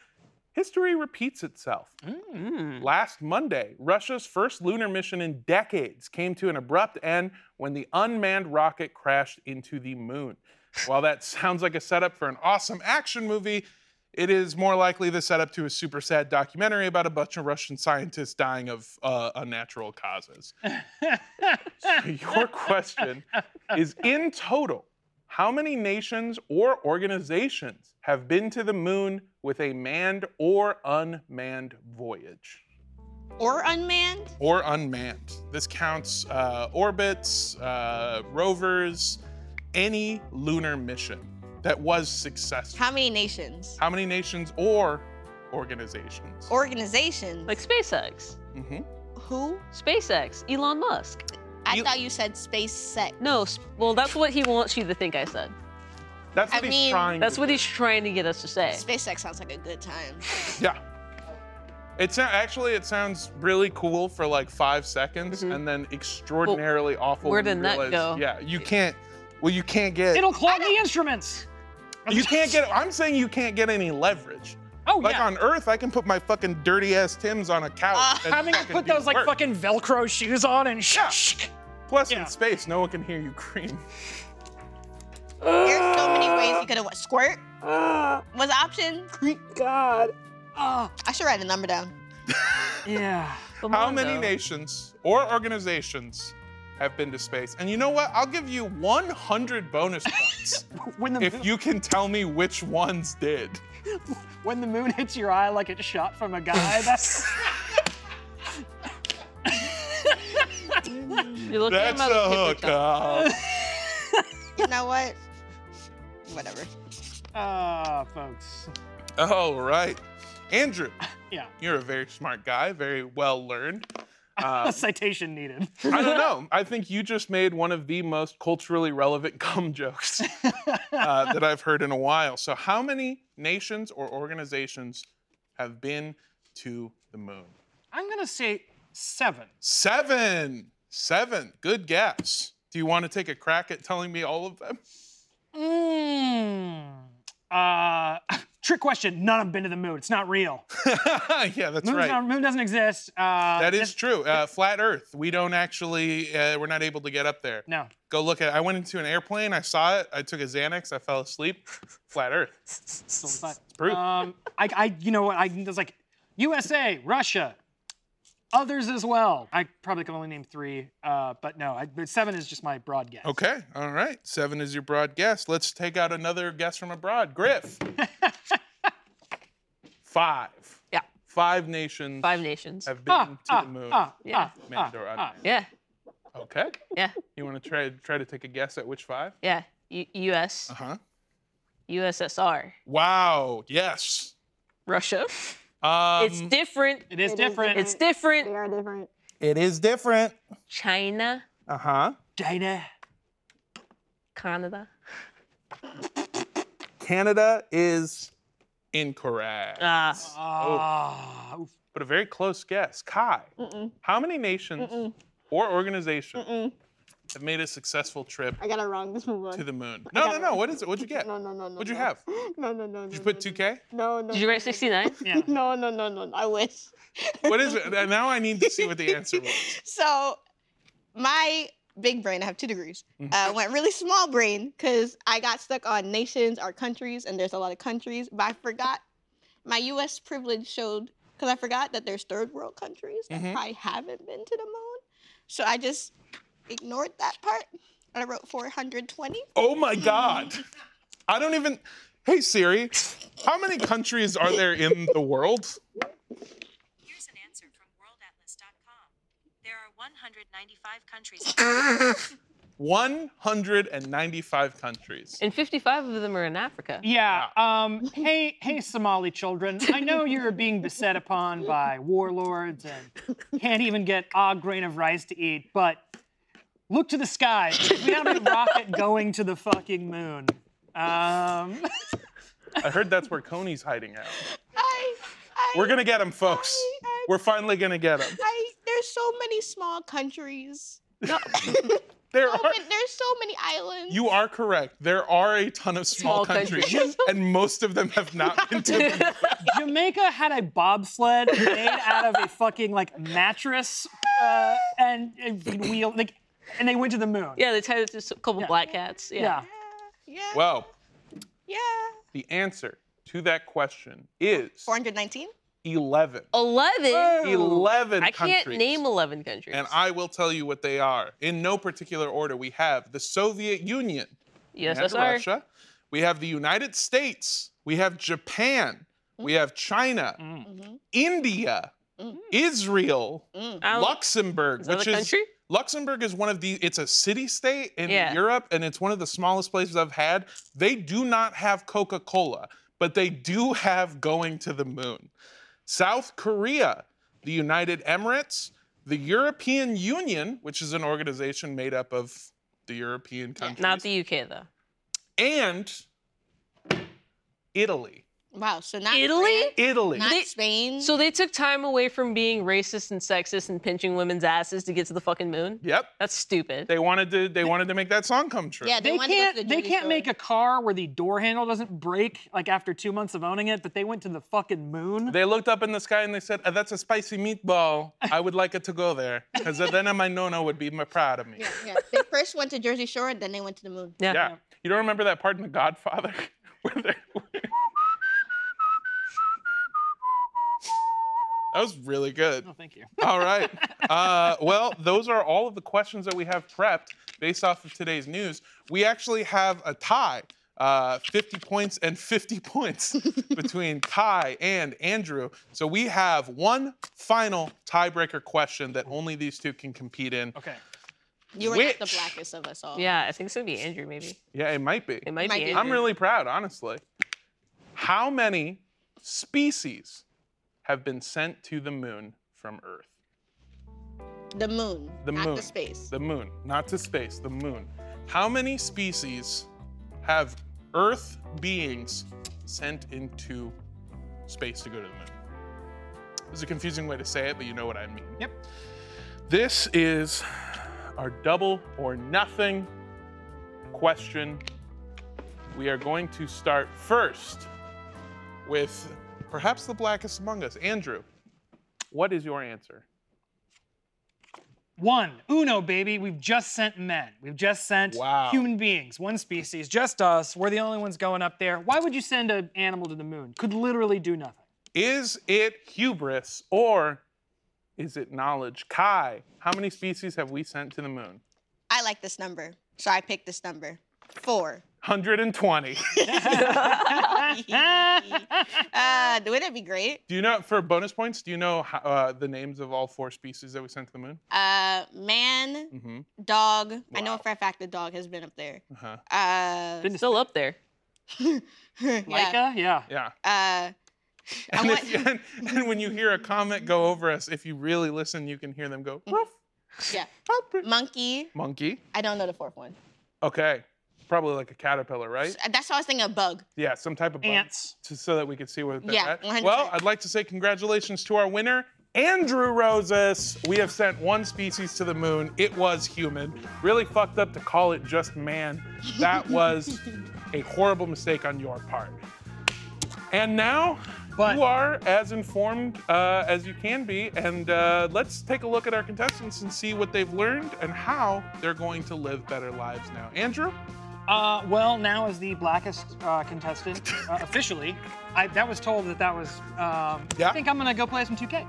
History Repeats Itself. Mm. Mm. Last Monday, Russia's first lunar mission in decades came to an abrupt end when the unmanned rocket crashed into the moon. While that sounds like a setup for an awesome action movie, it is more likely the setup to a super sad documentary about a bunch of Russian scientists dying of uh, unnatural causes. so your question is in total, how many nations or organizations have been to the moon with a manned or unmanned voyage? Or unmanned? Or unmanned. This counts uh, orbits, uh, rovers, any lunar mission that was successful. How many nations? How many nations or organizations? Organizations? Like SpaceX. hmm who? SpaceX. Elon Musk. I You- thought you said space sex. No, s- well, that's what he wants you to think I said. That's I what he's mean- trying. That's to what do. he's trying to get us to say. SpaceX sounds like a good time. Yeah. It sou- actually it sounds really cool for like five seconds, and then extraordinarily awful. where when did you that realize, go? Yeah, you can't. Well, you can't get. It'll clog the instruments. you can't get. I'm saying you can't get any leverage. Oh Like yeah. on Earth, I can put my fucking dirty ass Tims on a couch. Uh, and Having to fucking put do those like work. fucking Velcro shoes on and shh. Yeah. shh. Plus, yeah. in space, no one can hear you scream. There's so many ways you could have squirt. Was an option? Oh, I should write a number down. yeah. Oh, How many nations or organizations have been to space? And you know what? I'll give you 100 bonus points When the moon, if you can tell me which ones did. when the moon hits your eye like it's shot from a guy, that's You're looking at him That's out a of paper hook. towel. up. You know what? Whatever. ah, folks. All right. Andrew. Yeah. You're a very smart guy, very well learned. Uh, A citation needed. I don't know. I think you just made one of the most culturally relevant cum jokes uh, that I've heard in a while. So, how many nations or organizations have been to the moon? I'm gonna say seven. Seven. Seven. Good guess. Do you want to take a crack at telling me all of them? Mmm. Uh, trick question. None of them been to the moon. It's not real. yeah, that's Moon's right. not- moon doesn't exist. Uh, that is this- true. Uh, flat Earth. We don't actually. Uh, we're not able to get up there. No. Go look at. it. I went into an airplane. I saw it. I took a Xanax. I fell asleep. Flat Earth. So it's not- proof. Um, I, I, you know what? I there's like USA, Russia, others as well. I probably can only name three, uh, but no, I, but seven is just my broad guess. Okay. All right. Seven is your broad guess. Let's take out another guess from abroad. Griff. Five. Yeah. Five nations Five nations. have been Ah, to ah, the moon. ah, Yeah. ah, Manned ah, or ah. unmanned. Yeah, Okay. yeah, You want to try try to take a guess at which five? yeah. U- U.S. Uh huh. USSR. Wow. Yes. Russia. Um, it's different. It is different. It's different. are different. it is different. China, Uh huh. China. Canada. Canada is incorrect. Uh. Ah, Oh. Ah, oof. but a very close guess. Kai, how many nations or organizations have made a successful trip I got it wrong. Let's move on. to the moon? No, no, no. What is it? What'd you get? No, no, no, no. What'd you no. have? No, no, no. Did you put 2K? No, no. did you write 69? yeah. No, no, no, no. no. I wish. What is it? Now I need to see what the answer was. So, my big brain, I have two degrees, Mm-hmm. uh, went really small brain because I got stuck on nations or countries, and there's a lot of countries, but I forgot. My U.S. privilege showed because I forgot that there's third world countries that Mhm. probably haven't been to the moon. So, I just ignored that part. and I wrote 420. Oh my God. I don't even. Hey Siri, how many countries are there in the world? Here's an answer from worldatlas.com. There are 195 countries. 195 countries. And 55 of them are in Africa. Yeah. Um, hey, hey, Somali children. I know you're being beset upon by warlords and can't even get a grain of rice to eat, but look to the sky. We have a rocket going to the fucking moon. Um, I heard that's where Coney's hiding out. I, I, We're gonna get him, folks. We're finally gonna get him. I, there's so many small countries. There so are. many- there's so many islands. You are correct. There are a ton of small, Small countries. countries, and most of them have not been taken. Jamaica had a bobsled made out of a fucking like mattress uh, and a wheel, like, and they went to the moon. Yeah, they tied it to s- a couple black cats. Yeah. Yeah. yeah, yeah, Well, yeah. the answer to that question is 419. 11. 11. 11 I can't countries. name 11 countries. And I will tell you what they are. In no particular order, we have the Soviet Union yes, and that's our- Russia. We have the United States. We have Japan. Mm. We have China, Mhm. Mm-hmm. India, Mm. Israel, Mm. I don't- Luxembourg, Is that which a is country? Luxembourg is one of the it's a city state in Yeah. Europe and it's one of the smallest places I've had. They do not have Coca-Cola, but they do have going to the moon. South Korea, the United Emirates, the European Union, which is an organization made up of the European countries, Not the UK, though. and Italy. Wow. So not Italy? France, Italy. not They- Spain. So they took time away from being racist and sexist and pinching women's asses to get to the fucking moon? yep. That's stupid. They wanted to they wanted to make that song come true. yeah, they, They wanted to go can't. to the they jewelry can't store. make a car where the door handle doesn't break like after two months of owning it. But they went to the fucking moon. They looked up in the sky and they said, "Uh, "That's a spicy meatball. I would like it to go there, because then my nona would be m- proud of me." Yeah, yeah. They first went to Jersey Shore and then they went to the moon. yeah. Yeah. You don't remember that part in The Godfather? Where they- that was really good. oh, thank you. All right. Uh, well, those are all of the questions that we have prepped based off of today's news. We actually have a tie. Uh, 50 points and 50 points between Kai and Andrew. So we have one final tiebreaker question that only these two can compete in. Okay. You were not Which- the blackest of us all. Yeah, I think it's gonna be Andrew, maybe. Yeah, it might be. It might, be. Might be. Andrew. I'm really proud, honestly. How many species have been sent to the moon from Earth? The moon. The not moon. the space. The moon, not to space, the moon. How many species have Earth beings sent into space to go to the moon? It's a confusing way to say it, but you know what I mean. Yep. This is our double or nothing question. We are going to start first with perhaps the blackest among us, Andrew. What is your answer? One, Uno, baby. We've just sent men. We've just sent Wow. human beings, one species, just us. We're the only ones going up there. Why would you send an animal to the moon? Could literally do nothing. Is it hubris or is it knowledge? Kai, how many species have we sent to the moon? I like this number, so I picked this number. Four. 120. Uh, wouldn't it be great? do you know, for bonus points, do you know how, uh, the names of all four species that we sent to the moon? Uh, man, Mm-hmm. dog. I know Wow. for a fact the dog has been up there. Uh-huh. Uh, still up there. yeah. Micah? Yeah. Yeah. Uh, I And, want. if you- and, and when you hear a comment go over us, if you really listen, you can hear them go, "Ruff, yeah. ruff, Mm. ruff." Monkey. monkey. I don't know the fourth one. Okay. Probably like a caterpillar, right? That's how I was thinking of bug. Yeah, some type of bug. Ants. to, so that we could see where they're Yeah, at. 100%. Well, I'd like to say congratulations to our winner, Andrew Rosas. We have sent one species to the moon. It was human. Really fucked up to call it just man. That was a horrible mistake on your part. And now But- you are as informed uh, as you can be. And uh, let's take a look at our contestants and see what they've learned and how they're going to live better lives now. Andrew? Uh, well, now as the blackest uh, contestant uh, officially, I that was told that that was. Um, Yeah. I think I'm gonna go play some 2K.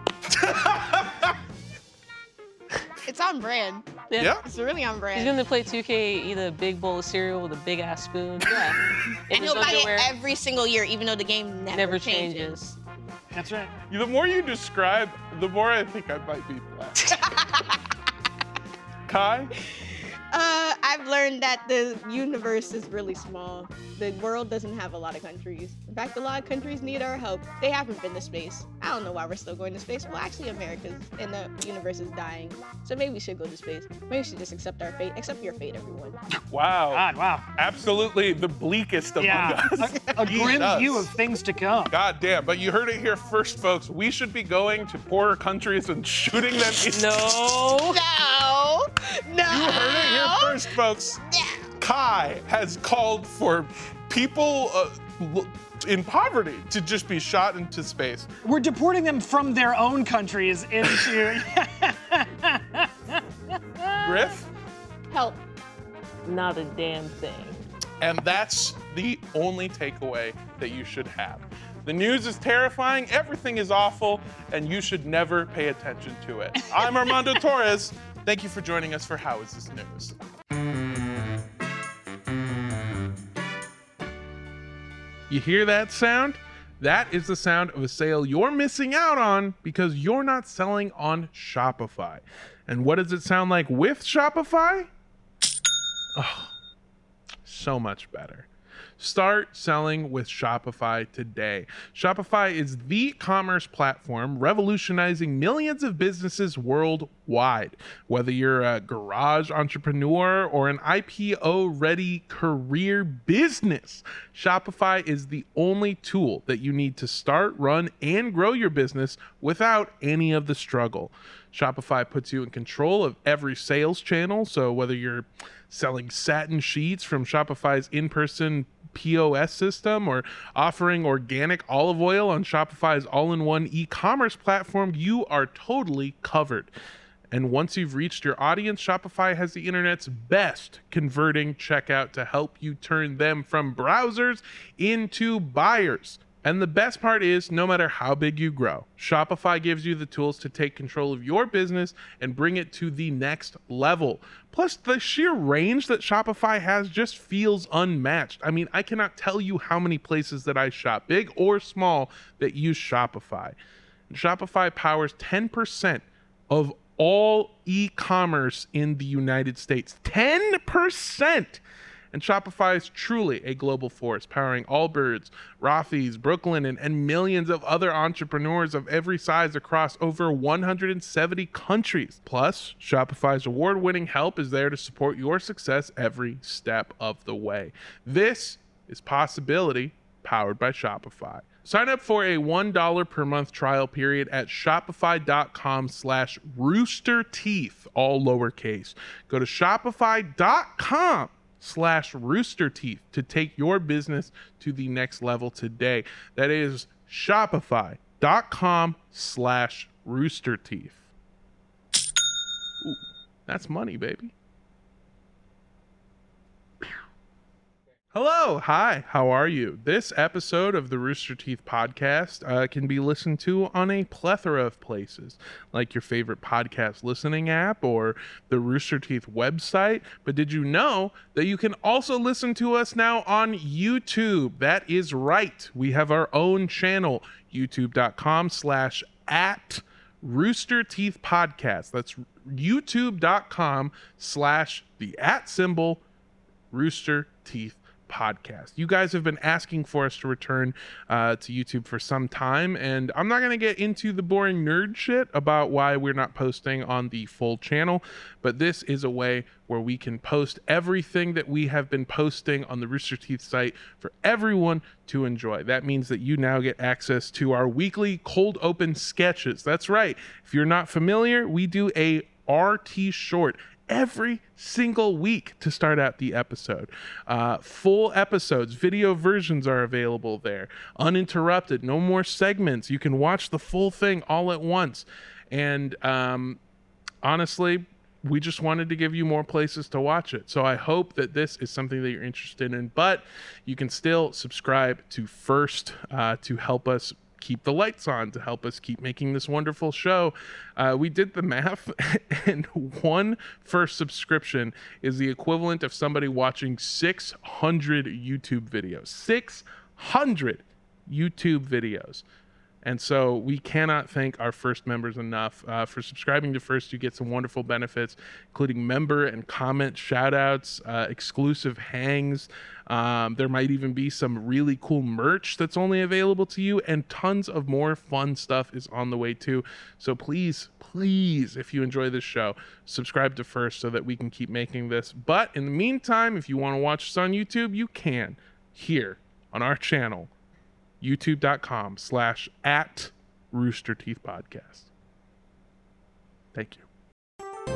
It's on brand. Yeah. Yeah. It's really on He's brand. gonna play 2K, eat a big bowl of cereal with a big ass spoon. Yeah. In And his he'll buy underwear. it every single year, even though the game never, never changes. changes. That's right. The more you describe, the more I think I might be black. Kai? Uh, I've learned that the universe is really small. The world doesn't have a lot of countries. In fact, a lot of countries need our help. They haven't been to space. I don't know why we're still going to space. Well, actually, America's and the universe is dying. So maybe we should go to space. Maybe we should just accept our fate. Accept your fate, everyone. Wow. God, wow. Absolutely Oh. the bleakest among Yeah. us. A, a grim Jesus. view of things to come. God damn, but you heard it here first, folks. We should be going to poorer countries and shooting them in No. No! You heard it here No. first, folks. No. Kai has called for people uh, l- in poverty to just be shot into space. We're deporting them from their own countries into. Griff, Help. Not a damn thing. and that's the only takeaway that you should have. The news is terrifying, everything is awful, and you should never pay attention to it. I'm Armando Torres. Thank you for joining us for How Is This News? You hear that sound? That is the sound of a sale you're missing out on because you're not selling on Shopify. And what does it sound like with Shopify? so much better. Start selling with Shopify today. Shopify is the commerce platform revolutionizing millions of businesses worldwide. Whether you're a garage entrepreneur or an IPO ready career business, Shopify is the only tool that you need to start, run, and grow your business without any of the struggle. Shopify puts you in control of every sales channel. So whether you're selling satin sheets from Shopify's in-person POS system or offering organic olive oil on Shopify's all-in-one e-commerce platform, you are totally covered. And once you've reached your audience, Shopify has the internet's best converting checkout to help you turn them from browsers into buyers. And the best part is, no matter how big you grow, Shopify gives you the tools to take control of your business and bring it to the next level. Plus, the sheer range that Shopify has just feels unmatched. I mean, I cannot tell you how many places that I shop, big or small, that use Shopify. Shopify powers 10% of all e commerce in the United States. 10%! And Shopify is truly a global force, powering Allbirds, Rothy's, Brooklyn, and, and millions of other entrepreneurs of every size across over 170 countries. Plus, Shopify's award winning help is there to support your success every step of the way. This is possibility powered by Shopify. Sign up for a $1 per month trial period at shopify.com slash rooster teeth, all lowercase. Go to shopify.com slash rooster teeth to take your business to the next level today. That is shopify.com slash rooster teeth. Ooh, that's money, baby. Hello, hi, how are you? This episode of the Rooster Teeth podcast uh, can be listened to on a plethora of places, like your favorite podcast listening app or the Rooster Teeth website. But did you know that you can also listen to us now on YouTube? That is right. We have our own channel, youtube.com slash at Rooster Teeth Podcast. That's youtube.com slash the at symbol Rooster Teeth podcast. You guys have been asking for us to return uh, to YouTube for some time, and I'm not going to get into the boring nerd shit about why we're not posting on the full channel, but this is a way where we can post everything that we have been posting on the Rooster Teeth site for everyone to enjoy. That means that you now get access to our weekly cold open sketches. That's right. If you're not familiar, we do a RT short every single week to start out the episode. Uh, full episodes, video versions are available there, uninterrupted, no more segments. You can watch the full thing all at once. And um, honestly, we just wanted to give you more places to watch it. So I hope that this is something that you're interested in, but you can still subscribe to First uh, to help us keep the lights on, to help us keep making this wonderful show. Uh, we did the math, and one first subscription is the equivalent of somebody watching 600 YouTube videos. 600 YouTube videos. And so we cannot thank our first members enough uh, for subscribing to First. You get some wonderful benefits, including member and comment shout outs, uh, exclusive hangs. Um, there might even be some really cool merch that's only available to you, and tons of more fun stuff is on the way too. So please, please, if you enjoy this show, subscribe to First so that we can keep making this. But in the meantime, if you want to watch us on YouTube, you can here on our channel youtube.com slash at rooster teeth podcast thank you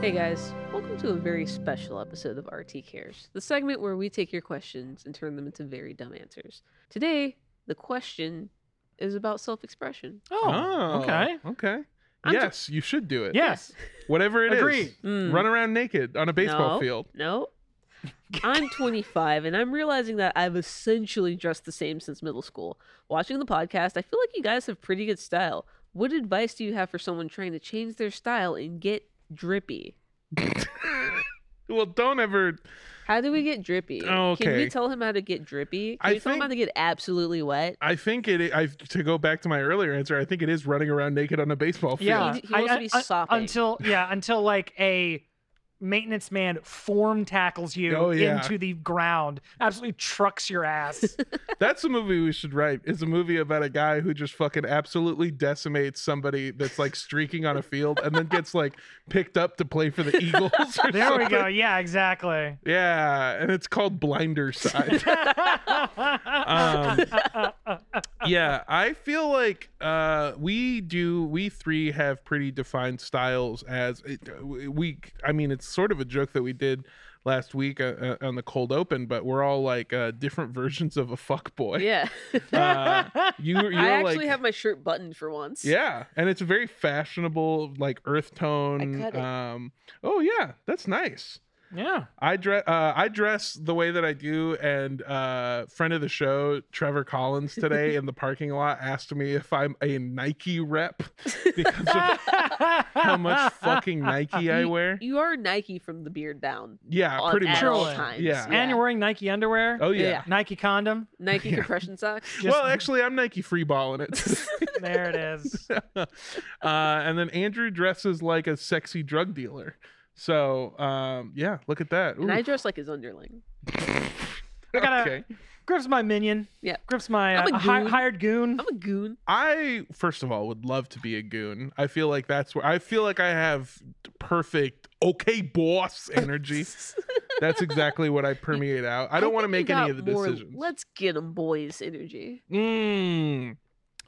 Hey guys, welcome to a very special episode of RT Cares, the segment where we take your questions and turn them into very dumb answers. Today, the question is about self expression. Oh, okay. Okay. I'm ju- yes, you should do it. Yes. Whatever it is. Agreed. Hmm. Mm. Run around naked on a baseball No. field. No. I'm 25 and I'm realizing that I've essentially dressed the same since middle school. Watching the podcast, I feel like you guys have pretty good style. What advice do you have for someone trying to change their style and get drippy? Well, don't ever. How do we get drippy? Can Okay. we tell him how to get drippy? Can I we tell him how think- to get absolutely wet? I think it. I to go back to my earlier answer. I think it is running around naked on a baseball field. Yeah. He- he wants to be sopping. until yeah, until like a maintenance man form tackles you Oh, yeah. into the ground, absolutely trucks your ass. That's a movie we should write. It's a movie about a guy who just fucking absolutely decimates somebody that's like streaking on a field and then gets like picked up to play for the Eagles. Or there we something. go. Yeah, exactly. Yeah, and it's called Blinder Side. Um, yeah, I feel like uh, we do. We three have pretty defined styles. As it, we, I mean, it's sort of a joke that we did last week uh, uh, on the cold open, but we're all like uh, different versions of a fuck boy. yeah. Uh, you, you're I actually like, have my shirt buttoned for once. yeah, and it's a very fashionable, like earth tone. cut it. Um, oh yeah, that's nice. Yeah. I dress uh, I dress the way that I do, and uh, friend of the show Trevor Collins today in the parking lot asked me if I'm a Nike rep because of how much fucking Nike I You- wear. You are Nike from the beard down. Yeah, on- Uh, pretty at much. all Truly. times. Yeah. And you're wearing Nike underwear. Oh yeah. Yeah. Nike condom. Nike compression socks. well, actually, I'm Nike free balling it. today. There it is. uh, and then Andrew dresses like a sexy drug dealer. So um, yeah, look at that. And Ooh, I dress like his underling. I gotta- okay. Griff's my minion. Yeah. Griff's my uh, I'm a a hi- goon. hired goon. I'm a goon. I first of all would love to be a goon. I feel like that's where I feel like I have perfect okay boss energy. that's exactly what I permeate out. I don't want to make think you any got of the more decisions. Let's get him, boys. Energy. Mm,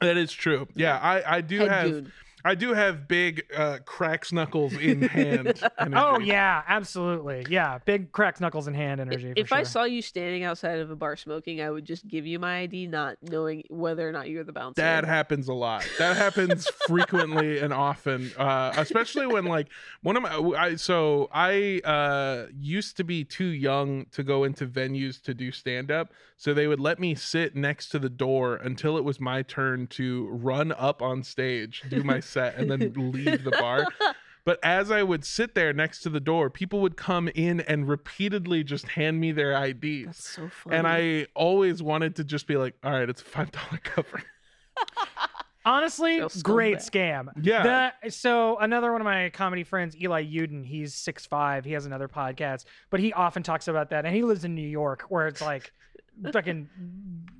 that is true. Yeah, I I do Head have goon. I do have big uh cracks knuckles in hand. energy. oh yeah, absolutely. Yeah, big cracks, knuckles in hand energy. for If I sure. saw you standing outside of a bar smoking, I would just give you my ID, not knowing whether or not you're the bouncer. That happens a lot. That happens frequently and often, uh, especially when like one of my. I, so I uh, used to be too young to go into venues to do stand up, so they would let me sit next to the door until it was my turn to run up on stage, do my set, and then leave the bar. But as I would sit there next to the door, people would come in and repeatedly just hand me their IDs. That's so funny. and I always wanted to just be like, all right, it's a $5 cover. Honestly, They'll scumbag. great scam. Yeah. The- so another one of my comedy friends, Eli Uden, he's six five. He has another podcast, but he often talks about that, and he lives in New York, where it's like fucking,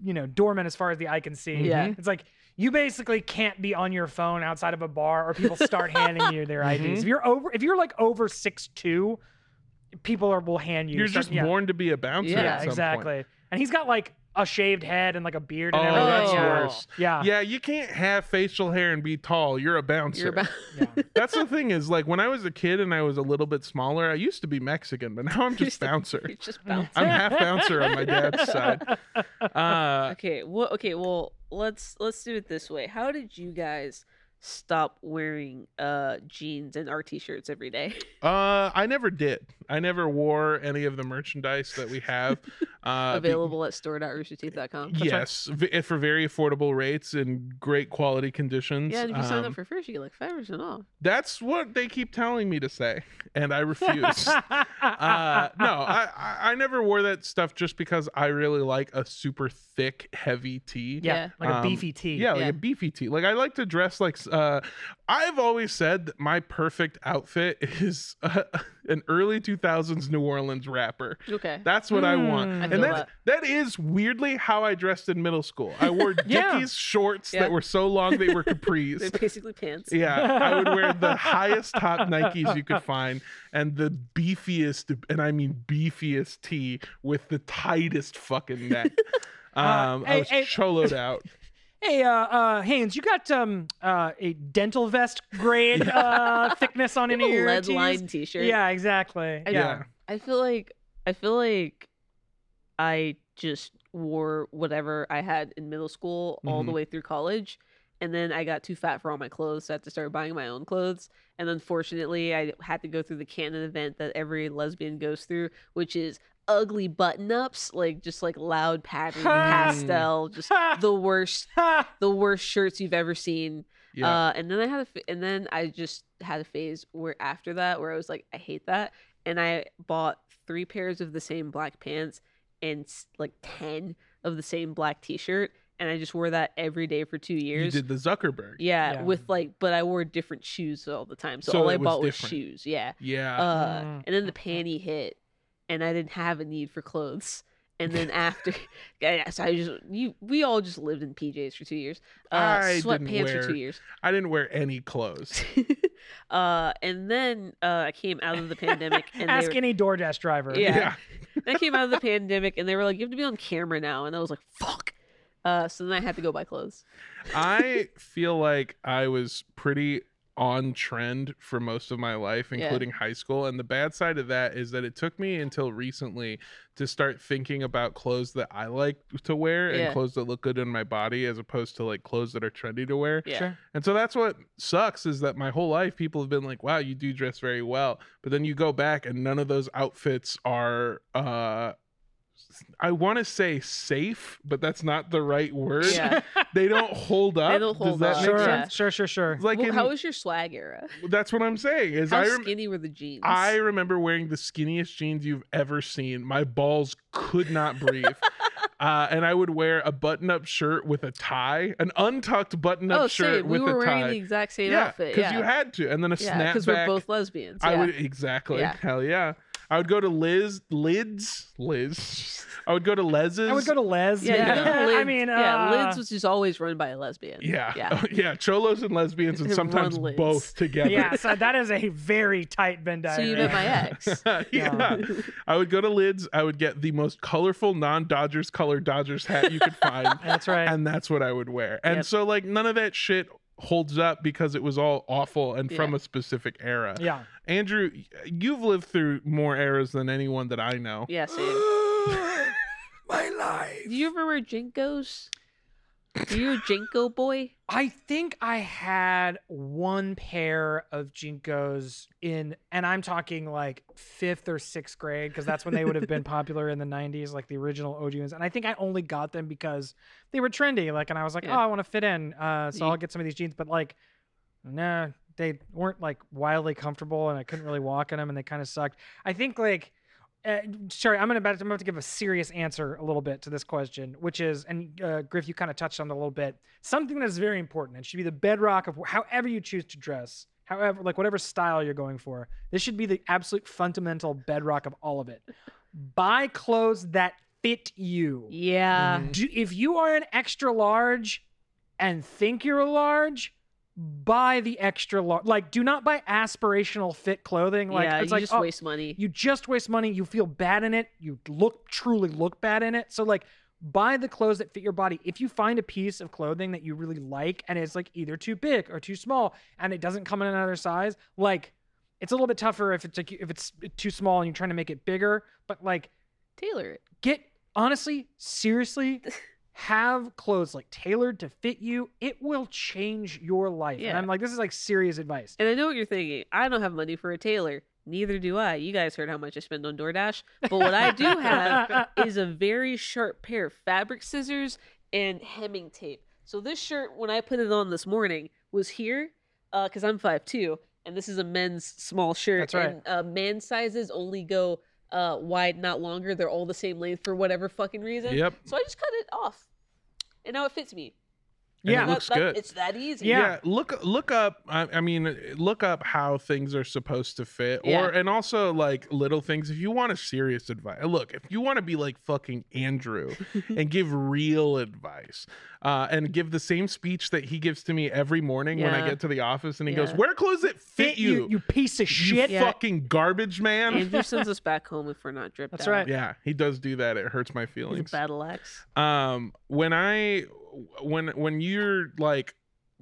you know, dormant as far as the eye can see. Yeah. Mm-hmm. It's like you basically can't be on your phone outside of a bar, or people start handing you their Mm-hmm. IDs. If you're over, if you're like over six two, people are will hand you. You're start- just yeah. born to be a bouncer. Yeah, at Yeah, some point. exactly. And he's got like a shaved head and like a beard Oh, and everything. that's Oh. yeah. worse. Ah. Yeah. Yeah, you can't have facial hair and be tall. You're a bouncer. You're about that's the thing is like when I was a kid and I was a little bit smaller, I used to be Mexican, but now I'm just bouncer. you're just bouncing. I'm half bouncer on my dad's side. Uh, Okay. Well. Okay. Well, let's let's do it this way. How did you guys stop wearing uh jeans and RT shirts every day? uh, I never did. I never wore any of the merchandise that we have uh, be- Available at store.roosterteeth.com. yes, v- eh, for very affordable rates and great quality conditions. Yeah, and if you sign Um, up for first, you get like five percent off. That's what they keep telling me to say, and I refuse. uh, no, I, I I never wore that stuff just because I really like a super thick, heavy tee. Yeah, Yeah. like a Um, beefy tee. Yeah, like Yeah. a beefy tee. Like I like to dress like. s- Uh, I've always said that my perfect outfit is uh, an early 2000s New Orleans rapper. Okay. That's what I want, Mm. I and feel that that is weirdly how I dressed in middle school. I wore Dickies Yeah. shorts Yeah. that were so long they were They're capris. basically pants. Yeah, I would wear the highest top Nikes you could find and the beefiest, and I mean beefiest Uh, tee with the tightest fucking neck. Um, I hey, was hey. choloed out. Hey, uh, uh, Haynes, you got um, uh, a dental vest grade uh, thickness on You any have of a your lead tees? lined t-shirt. Yeah, exactly. I yeah. Yeah. I feel like I feel like I just wore whatever I had in middle school all the Mhm. way through college. And then I got too fat for all my clothes, so I had to start buying my own clothes. And unfortunately, I had to go through the canon event that every lesbian goes through, which is ugly button ups, like just like loud pattern pastel, just the worst, Ha! the worst shirts you've ever seen. Yeah. Uh, and then I had a, ph- and then I just had a phase where after that, where I was like, I hate that, and I bought three pairs of the same black pants and s- like ten of the same black T-shirt, and I just wore that every day for two you years. did the Zuckerberg. yeah, Yeah. with like, but I wore different shoes all the time, so, So all it I was bought was different. Ah. shoes. Yeah, Yeah. uh, Mm, and then the mm, mm. panty hit, and I didn't have a need for clothes. And then after, yeah, so I just you, we all just lived in PJs for two years, uh, I didn't sweatpants for wear- two years. I didn't wear any clothes. uh, and then uh, I came out of the pandemic, and Ask they were, any DoorDash driver. Yeah. I came out of the pandemic, and they were like, "You have to be on camera now," and I was like, "Fuck." Uh, so then I had to go buy clothes. I feel like I was pretty on trend for most of my life, Yeah. including high school. And the bad side of that is that it took me until recently to start thinking about clothes that I like to wear and Yeah. clothes that look good in my body as opposed to like clothes that are trendy to wear. Yeah. Sure. And so that's what sucks is that my whole life people have been like, wow, you do dress very well. But then you go back and none of those outfits are uh I want to say safe, but that's not the right word. Yeah. They don't hold up. don't Does hold that up, make Sure, yeah. sense? sure, sure, sure. Like Well, in- how was your swag era? that's what I'm saying is How I rem- skinny were the jeans? I remember wearing the skinniest jeans you've ever seen. My balls could not breathe. Uh, and I would wear a button-up shirt with a tie, an untucked button-up oh, shirt same. We with were a wearing tie. the exact same yeah, outfit. because Yeah, you had to, and then a yeah, snapback. we're both lesbians. I yeah. would exactly. Yeah. Hell yeah. I would go to Liz, Lids, Liz. I would go to Lez's. I would go to Les. Yeah, you know, I Lids- mean, yeah, uh, Lids was just always run by a lesbian. Yeah, yeah. yeah. Cholos and lesbians, and Run sometimes Lids. both together. yeah, so that is a very tight Venn So diagram. you met my ex. yeah. I would go to Lids. I would get the most colorful non-Dodgers color Dodgers hat you could find, That's right. and that's what I would wear. And Yep. so like none of that shit holds up because it was all awful and from Yeah. a specific era. yeah. Andrew, you've lived through more eras than anyone that I know. Yeah, same. My life. Do you ever wear jinkos? Were you a jinko boy? I think I had one pair of Jinkos in, and I'm talking like fifth or sixth grade, because that's when they would have been popular in the 90s, like the original OG ones. And I think I only got them because they were trendy. Like, and I was like, Yeah. oh, I want to fit in. Uh, so You- I'll get some of these jeans. But like, no, they weren't like wildly comfortable, and I couldn't really walk in them, and they kind of sucked. I think like, uh, sorry, I'm gonna about, I'm about to give a serious answer a little bit to this question, which is, and uh, Griff, you kind of touched on it a little bit, something that is very important and should be the bedrock of however you choose to dress, however, like whatever style you're going for. This should be the absolute fundamental bedrock of all of it. Buy clothes that fit you. Mm-hmm. Yeah. Do, if you are an extra large and think you're a large, buy the extra large. Like, do not buy aspirational fit clothing. Like, yeah, it's you like, just oh, waste money. you just waste money. You feel bad in it. You look truly look bad in it. So like buy the clothes that fit your body. If you find a piece of clothing that you really like and it's like either too big or too small and it doesn't come in another size, like it's a little bit tougher if it's like if it's too small and you're trying to make it bigger, but like Tailor it. get honestly, seriously, have clothes like tailored to fit you. It will change your life. And Yeah. I'm like this is like serious advice. And I know what you're thinking. I don't have money for a tailor. Neither do I. You guys heard how much I spend on DoorDash. But what I do have is a very sharp pair of fabric scissors and hemming tape. So this shirt, when I put it on this morning, was here because I'm 5'2", and this is a men's small shirt. That's right. And uh, man sizes only go uh, wide, not longer. They're all the same length for whatever fucking reason. Yep. So I just cut it off, and now it fits me. And Yeah. it looks that, that- good. It's that easy. Yeah. look look up I, I mean look up how things are supposed to fit or Yeah. and also like little things if you want a serious advice look if you want to be like fucking andrew and give real advice uh and give the same speech that he gives to me every morning when i Yeah. get to the office and he goes Yeah. wear clothes that fit, Fit you, you piece of shit. Yeah. fucking garbage man Andrew sends us back home if we're not dripped That's out. right. yeah he does do that it hurts my He's a feelings battle axe. um when i when when you're like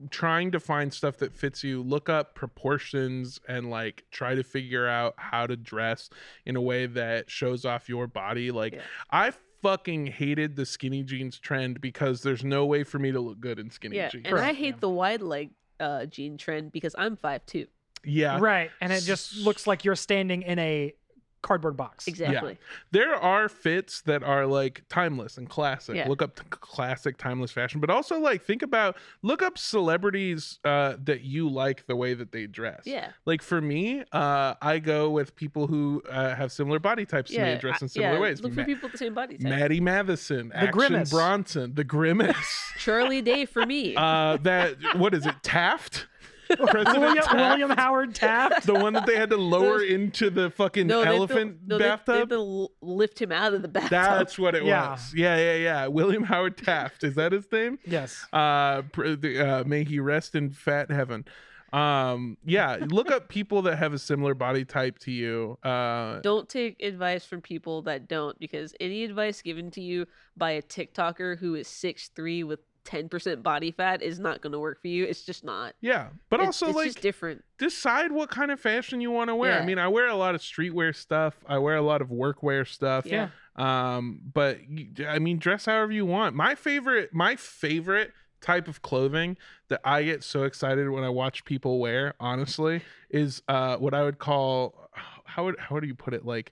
trying to find stuff that fits you look up proportions and like try to figure out how to dress in a way that shows off your body like Yeah. i fucking hated the skinny jeans trend because there's no way for me to look good in skinny yeah, jeans and I Correct, hate yeah. the wide leg uh, jean trend because I'm five two. yeah Right. And it just looks like you're standing in a cardboard box. Exactly. there are fits that are like timeless and classic. Yeah. Look up t- classic timeless fashion, but also like think about look up celebrities uh, that you like the way that they dress. Yeah. Like for me, uh, I go with people who uh, have similar body types to me Yeah. and dress I- in similar yeah, ways. Look for Ma- people with the same body type. Maddie Matheson, Action Grimace. Bronson, the Grimace. Charlie Day for me. uh, that what is it? Taft. President William, Taft? William Howard Taft. the one that they had to lower Those- into the fucking no, they have to- elephant no, they- bathtub. They, have to l- lift him out of the bathtub. That's what it Yeah. was. Yeah, yeah, yeah. William Howard Taft. Is that his name? yes. Uh, pr- the- uh, may he rest in fat heaven. Um, yeah. Look up people that have a similar body type to you. Uh, don't take advice from people that don't, because any advice given to you by a TikToker who is six three with ten percent body fat is not going to work for you. It's just not. yeah, but It's- also it's like just different. decide what kind of fashion you want to wear. I Yeah. mean, I wear a lot of streetwear stuff. I wear a lot of workwear stuff. Yeah. Um, but y- I mean, dress however you want. My favorite, my favorite type of clothing that I get so excited when I watch people wear, honestly, is uh what I would call how would how do you put it like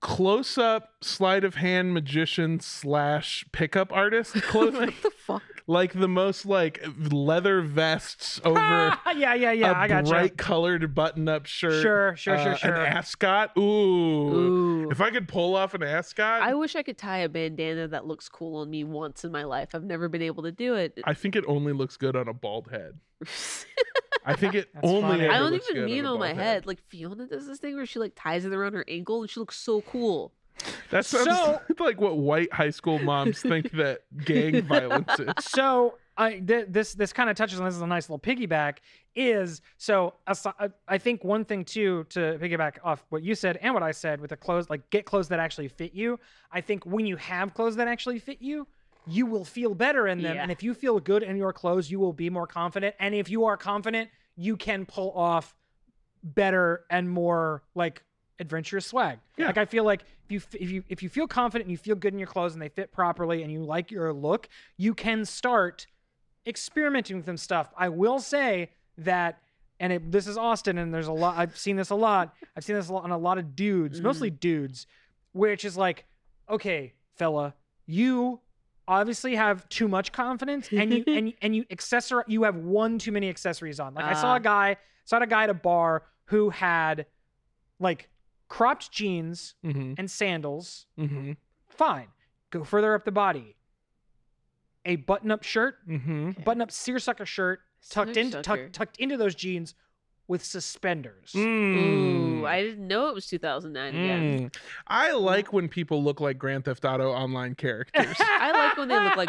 close up sleight of hand magician slash pickup artist clothing what the fuck? like the most like leather vests over yeah, yeah, yeah. a I got bright you. colored button up shirt. Sure, sure, sure, uh, sure. An ascot. Ooh. Ooh. If I could pull off an ascot, I I wish I could tie a bandana that looks cool on me once in my life. I've never been able to do it. think it only looks good on a bald head. I think it That's only. funny. ever I don't looks even good mean on, a on my bald head. Like Fiona does this thing where she like ties it around her ankle and she looks so cool. That sounds So- like what white high school moms think that gang violence is. So I th- this this kind of touches on this is a nice little piggyback is so asi- I- I think one thing too to piggyback off what you said and what I said with the clothes like get clothes that actually fit you. I think when you have clothes that actually fit you, you will feel better in them. Yeah. And if you feel good in your clothes, you will be more confident. And if you are confident, you can pull off better and more like adventurous swag. Yeah. Like I feel like if you f- if you if you feel confident and you feel good in your clothes and they fit properly and you like your look, you can start experimenting with them stuff. I will say that and it, this is Austin and there's a lot I've seen this a lot. I've seen this a lot on a lot of dudes, mostly dudes, which is like, okay, fella, you obviously have too much confidence and you and and you accessor you have one too many accessories on. Like I saw Ah. a guy, saw a guy at a bar who had like cropped jeans Mm-hmm, and sandals. mm-hmm, Fine. Go further up the body. A button-up shirt, mm-hmm. button-up seersucker shirt tucked in Seersucker. tuck, Mm. tucked into those jeans with suspenders. Ooh, Hmm. I didn't know it was 2009 again. Mm. I like when people look like Grand Theft Auto online characters. I like when they look like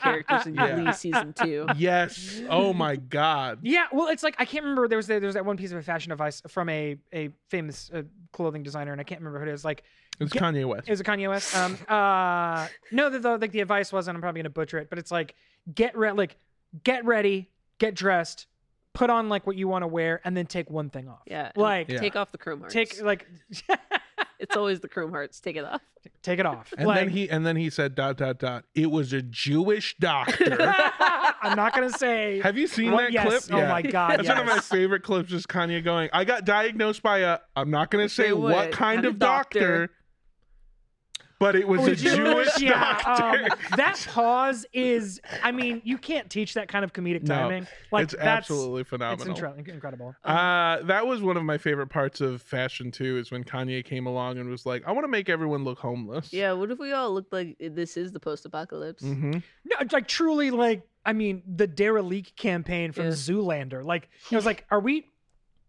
characters in Yeah. Glee season two. yes. Oh my god. Yeah, well, it's like I can't remember. There was there was that one piece of fashion advice from a a famous uh, clothing designer, and I can't remember who it is. Like It's Get- Kanye West. It was a Kanye West. Um, uh, no, the, the like the advice was, and I'm probably gonna butcher it, but it's like get re- like get ready, get dressed, put on like what you want to wear, and then take one thing off. Yeah, and like Yeah. Take off the chrome hearts. take like it's always the chrome hearts. Take it off. take it off. And like, then he and then he said dot dot dot. It was a Jewish doctor. I'm not gonna say. Have you seen what- that yes. clip? Oh my god, That's one of my yes. favorite clips. Just Kanye going, "I got diagnosed by a. I'm not gonna say Say what, what kind of doctor, but it was Oh, a Jewish, doctor." um, that pause is. I mean, you can't teach that kind of comedic No, timing. like it's that's absolutely it's phenomenal. intre- incredible. Uh, that was one of my favorite parts of fashion too. Is when Kanye came along and was like, "I want to make everyone look homeless." Yeah. What if we all looked like eh, this is the post-apocalypse? hmm No, it's like truly, like I mean, the derelict campaign from Yeah. Zoolander. Like it was like, are we?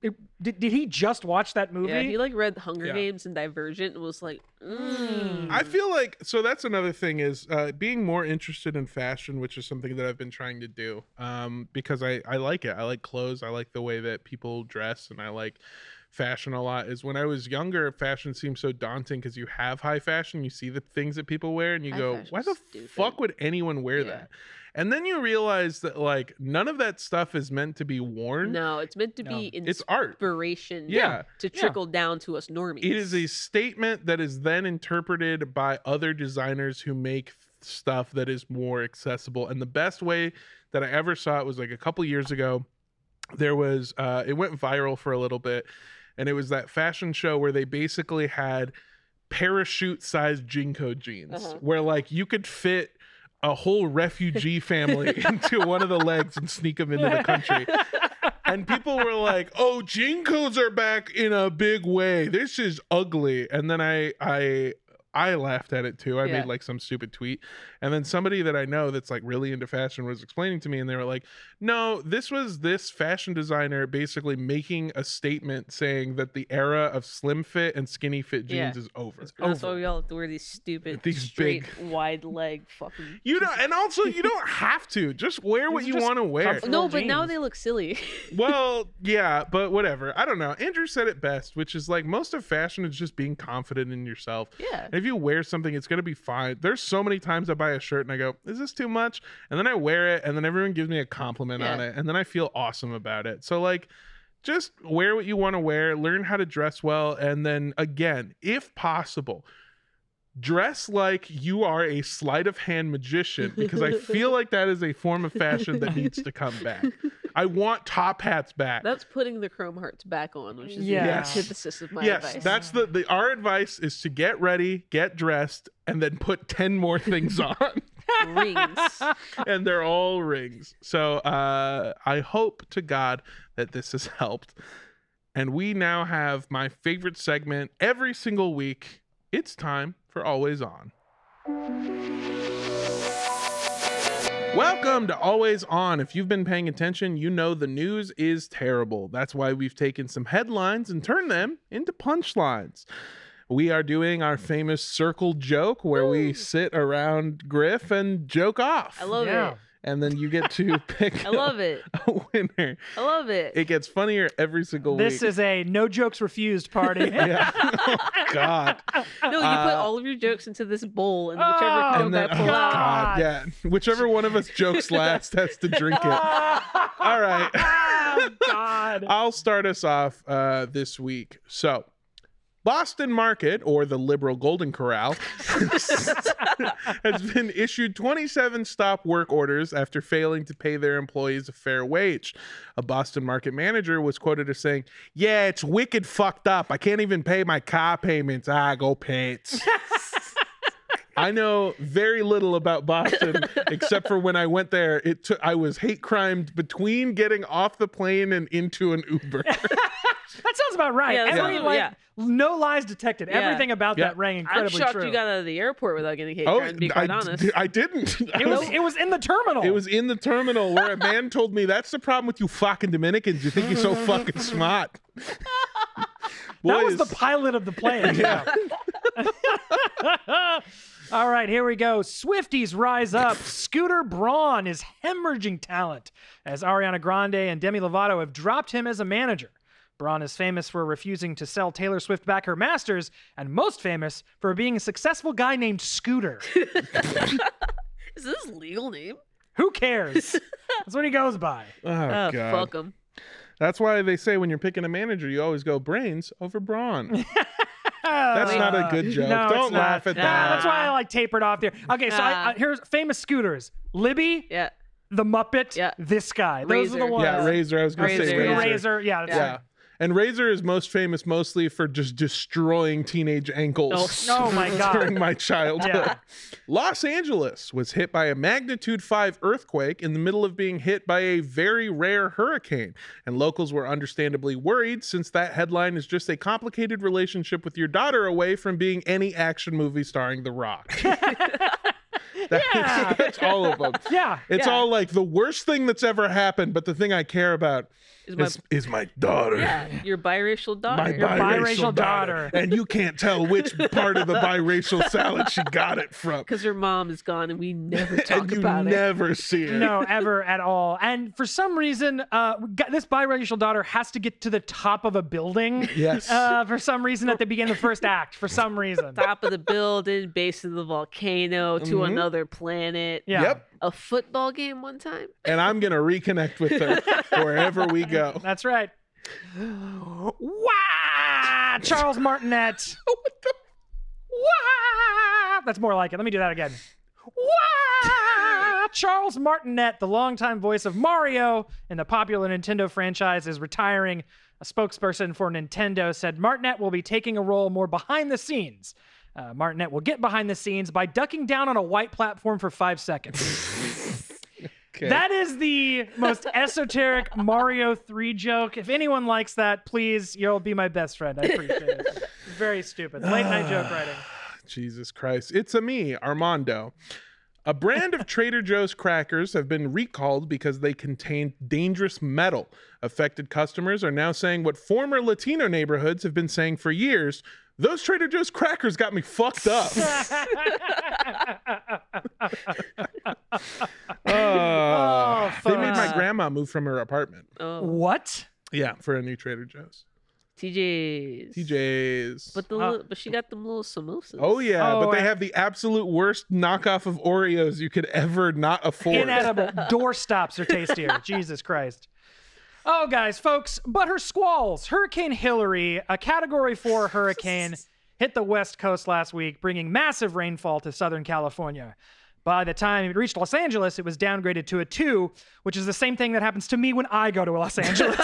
it- did, did he just watch that movie? Yeah. He like read Hunger Yeah. Hmm. Games and Divergent and was like, mm. I feel like so that's another thing is uh, being more interested in fashion, which is something that I've been trying to do um, because I I like it. I like clothes. I like the way that people dress, and I like fashion a lot is when I was younger, fashion seemed so daunting because you have high fashion, you see the things that people wear, and you High go, fashion's why the stupid." fuck would anyone wear Yeah. that? And then you realize that like none of that stuff is meant to be worn. No, it's meant to No. be It's art. inspiration Yeah. to Yeah. trickle down to us normies. It is a statement that is then interpreted by other designers who make stuff that is more accessible. And the best way that I ever saw it was like a couple years ago. There was uh, it went viral for a little bit, and it was that fashion show where they basically had parachute-sized jinko jeans, Uh-huh. where like you could fit a whole refugee family into one of the legs and sneak them into the country and people were like, "Oh, Jinkos are back in a big way. This is ugly." And then I I I laughed at it too. I Yeah. made like some stupid tweet. And then somebody that I know that's like really into fashion was explaining to me and they were like, "No, this was this fashion designer basically making a statement saying that the era of slim fit and skinny fit Yeah. jeans is over." And That's why we all have to wear these stupid, These straight, big- wide leg fucking. You don't, and also you don't have to. Just wear what These you are just want to wear. comfortable No, but now jeans. they look silly. well, yeah, but whatever. I don't know. Andrew said it best, which is like most of fashion is just being confident in yourself. yeah. And if you wear something, it's gonna be fine. There's so many times I buy a shirt and I go, "Is this too much?" And then I wear it, and then everyone gives me a compliment on Yeah. it, and then I feel awesome about it. So like, just wear what you want to wear, learn how to dress well, and then again, if possible, dress like you are a sleight of hand magician because I feel like that is a form of fashion that needs to come back. I want top hats back. That's putting the chrome hearts back on, which is Yeah. the Yes. antithesis of my yes, advice. that's the, the our advice is to get ready, get dressed, and then put ten more things on, Rings. and they're all rings. So uh, I hope to God that this has helped, and we now have my favorite segment every single week. It's time for Always On. Welcome to Always On. If you've been paying attention, you know the news is terrible. That's why we've taken some headlines and turned them into punchlines. We are doing our famous circle joke where we sit around Griff and joke off. I love Yeah. it. and then you get to pick I love it. a winner. I love it. It gets funnier every single This week. is a no jokes refused party. yeah. Oh, God. no, you put uh, all of your jokes into this bowl, and whichever Oh, oh, and then, I oh pull out. God, yeah. Whichever one of us jokes last has to drink it. All right. Oh, God. I'll start us off uh, this week. So, Boston Market, or the liberal Golden Corral, has been issued 27 stop work orders after failing to pay their employees a fair wage. A Boston Market manager was quoted as saying, Yeah, it's wicked fucked up. I can't even pay my car payments. Ah, go pants. I know very little about Boston except for when I went there. It took I was hate crimed between getting off the plane and into an Uber. That sounds about right. Yeah, that Every, sounds- like, yeah. no lies detected. Yeah. Everything about Yeah. that rang I'm incredibly shocked true. you got out of the airport without getting hit. Oh, Karen, to be I, quite honest. I didn't. I it was it was in the terminal. It was in the terminal where a man told me, "That's the problem with you fucking Dominicans. You think you're so fucking smart." that was Boys. the pilot of the plane. All right, here we go. Swifties rise up. Scooter Braun is hemorrhaging talent as Ariana Grande and Demi Lovato have dropped him as a manager. Braun is famous for refusing to sell Taylor Swift back her masters, and most famous for being a successful guy named Scooter. Is this his legal name? Who cares? That's what he goes by. Oh, Ah, God. fuck him. That's why they say when you're picking a manager, you always go brains over brawn. That's not a good joke. Oh, No, it's Don't not. laugh at Nah, that. That's why I like tapered off there. Okay, so I, Nah. I, here's famous scooters: Libby, Yeah. the Muppet, Yeah. this guy. Those are the Razor. ones. yeah, razor. I was gonna say Razor, razor. yeah. Razor, yeah, that's Yeah. And Razor is most famous mostly for just destroying teenage ankles. Oh, oh my God. During my childhood. Yeah. Los Angeles was hit by a magnitude 5 earthquake in the middle of being hit by a very rare hurricane. And locals were understandably worried since that headline is just a complicated relationship with your daughter away from being any action movie starring The Rock. That- Yeah. that's all of them. Yeah. It's Yeah. all like the worst thing that's ever happened, but the thing I care about Is my, is, is my daughter. yeah, your biracial daughter. My Your biracial, biracial daughter. daughter. And you can't tell which part of the biracial salad she got it from. because her mom is gone and we never and talk you about it. never see it. No, ever at all. And for some reason, uh, we got- this biracial daughter has to get to the top of a building. Yes. Uh, for some reason, at the beginning of the first act, for some reason. Top of the building, base of the volcano, to Mhm. another planet. Yeah. Yep. A football game one time. And I'm gonna reconnect with her wherever we go. That's right. Wah! Charles Martinet. Wah! That's more like it. Let me do that again. Wah! Charles Martinet, the longtime voice of Mario in the popular Nintendo franchise, is retiring. A spokesperson for Nintendo said Martinet will be taking a role more behind the scenes. Uh, Martinet will get behind the scenes by ducking down on a white platform for five seconds. Okay. That is the most esoteric Mario 3 joke. If anyone likes that, please, you'll be my best friend. I appreciate it. Very stupid. Late night joke writing. Jesus Christ. It's a me, Armando. A brand of Trader Joe's crackers have been recalled because they contained dangerous metal. Affected customers are now saying what former Latino neighborhoods have been saying for years those Trader Joe's crackers got me fucked up. Ah. Oh, they made my fuck. grandma move from her apartment. Oh, What? Yeah, for a new Trader Joe's. TJ's. TJ's. But the Huh. little, but she got them little samosas. Ah. Oh yeah, but Oh, they uh, have the absolute worst knockoff of Oreos you could ever not afford. Inedible. Doorstops are tastier. Jesus Christ. Oh, guys, folks, but her squalls. Hurricane Hillary, a Category 4 hurricane, hit the West Coast last week, bringing massive rainfall to Southern California. By the time it reached Los Angeles, it was downgraded to a 2, which is the same thing that happens to me when I go to Los Angeles.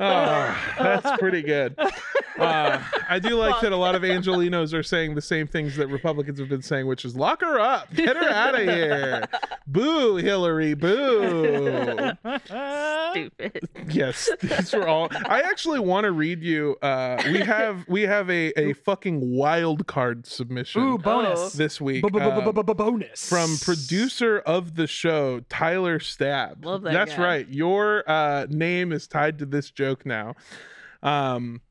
Ah, that's pretty good. Uh, I do like that a lot of Angelinos are saying the same things that Republicans have been saying, which is lock her up, get her out of here, boo Hillary, boo. Uh, Stupid. Yes, these were all. I actually want to read you. Uh, we have we have a a fucking wild card submission Ooh, bonus. this week. um, Bonus. from producer of the show Tyler Stab. Love that That's guy. right. Your uh, name is tied to this joke now. Um,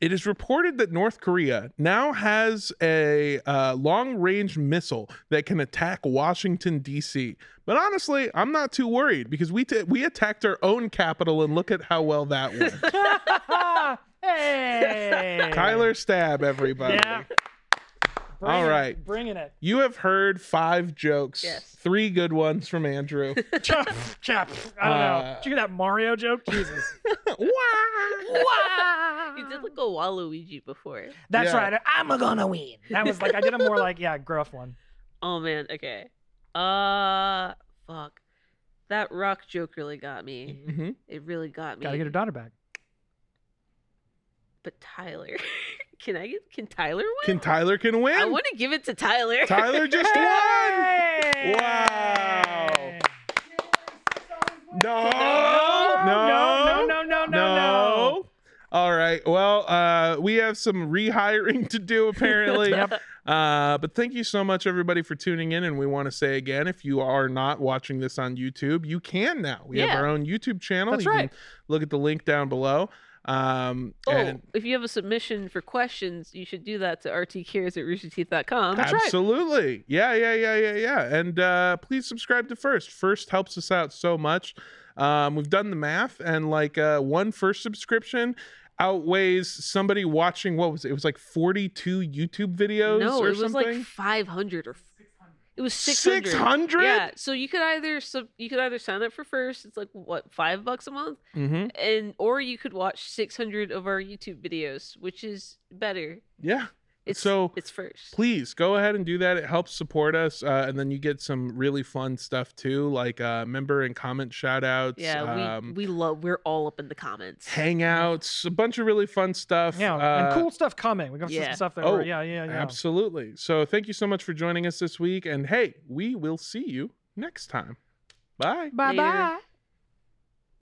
it is reported that North Korea now has a uh, long-range missile that can attack Washington D.C. But honestly, I'm not too worried because we t- we attacked our own capital and look at how well that went. hey. Tyler Stab, everybody. Yeah. Bring All it, right. Bringing it. You have heard five jokes, Yes. three good ones from Andrew. Chop, chop. I don't know. Uh, Did you hear that Mario joke? Jesus. Wah! You did like a Waluigi before. That's Yeah. right. I'm a gonna win. That was like I did a more like yeah gruff one. Oh man. Okay. Uh, fuck. That rock joke really got me. Mhm. It really got me. Gotta get her daughter back. But Tyler, can I get? Can Tyler win? Can Tyler can win? I want to give it to Tyler. Tyler just won. Hey! Wow. No. No, no, no, no, no, no. All right. Well, uh, we have some rehiring to do apparently. Yep. Uh, but thank you so much, everybody, for tuning in. And we want to say again, if you are not watching this on YouTube, you can now. We Yeah. have our own YouTube channel. That's you right. Can look at the link down below. Um, Oh, and if you have a submission for questions, you should do that to rtcares at roosterteeth.com. Absolutely. Yeah, yeah, yeah, yeah, yeah. And uh, please subscribe to First. First helps us out so much. Um, we've done the math, and like uh, one First subscription outweighs somebody watching what was it? It was like 42 YouTube videos No, or it was something. like 500 or it was 600. 600? Yeah, so you could either sub, you could either sign up for first. It's like what five bucks a month, Mhm. and or you could watch 600 of our YouTube videos, which is better. Yeah. It's So, it's first. please go ahead and do that it helps support us uh, and then you get some really fun stuff too like uh, member and comment shout outs yeah, um, we, we love. We're all up in the comments. hangouts a bunch of really fun stuff Yeah, Uh, and cool stuff coming. We got some yeah. stuff there. Oh, yeah, yeah, yeah. Absolutely. So thank you so much for joining us this week. And hey, we will see you next time. Bye. Later. Bye bye.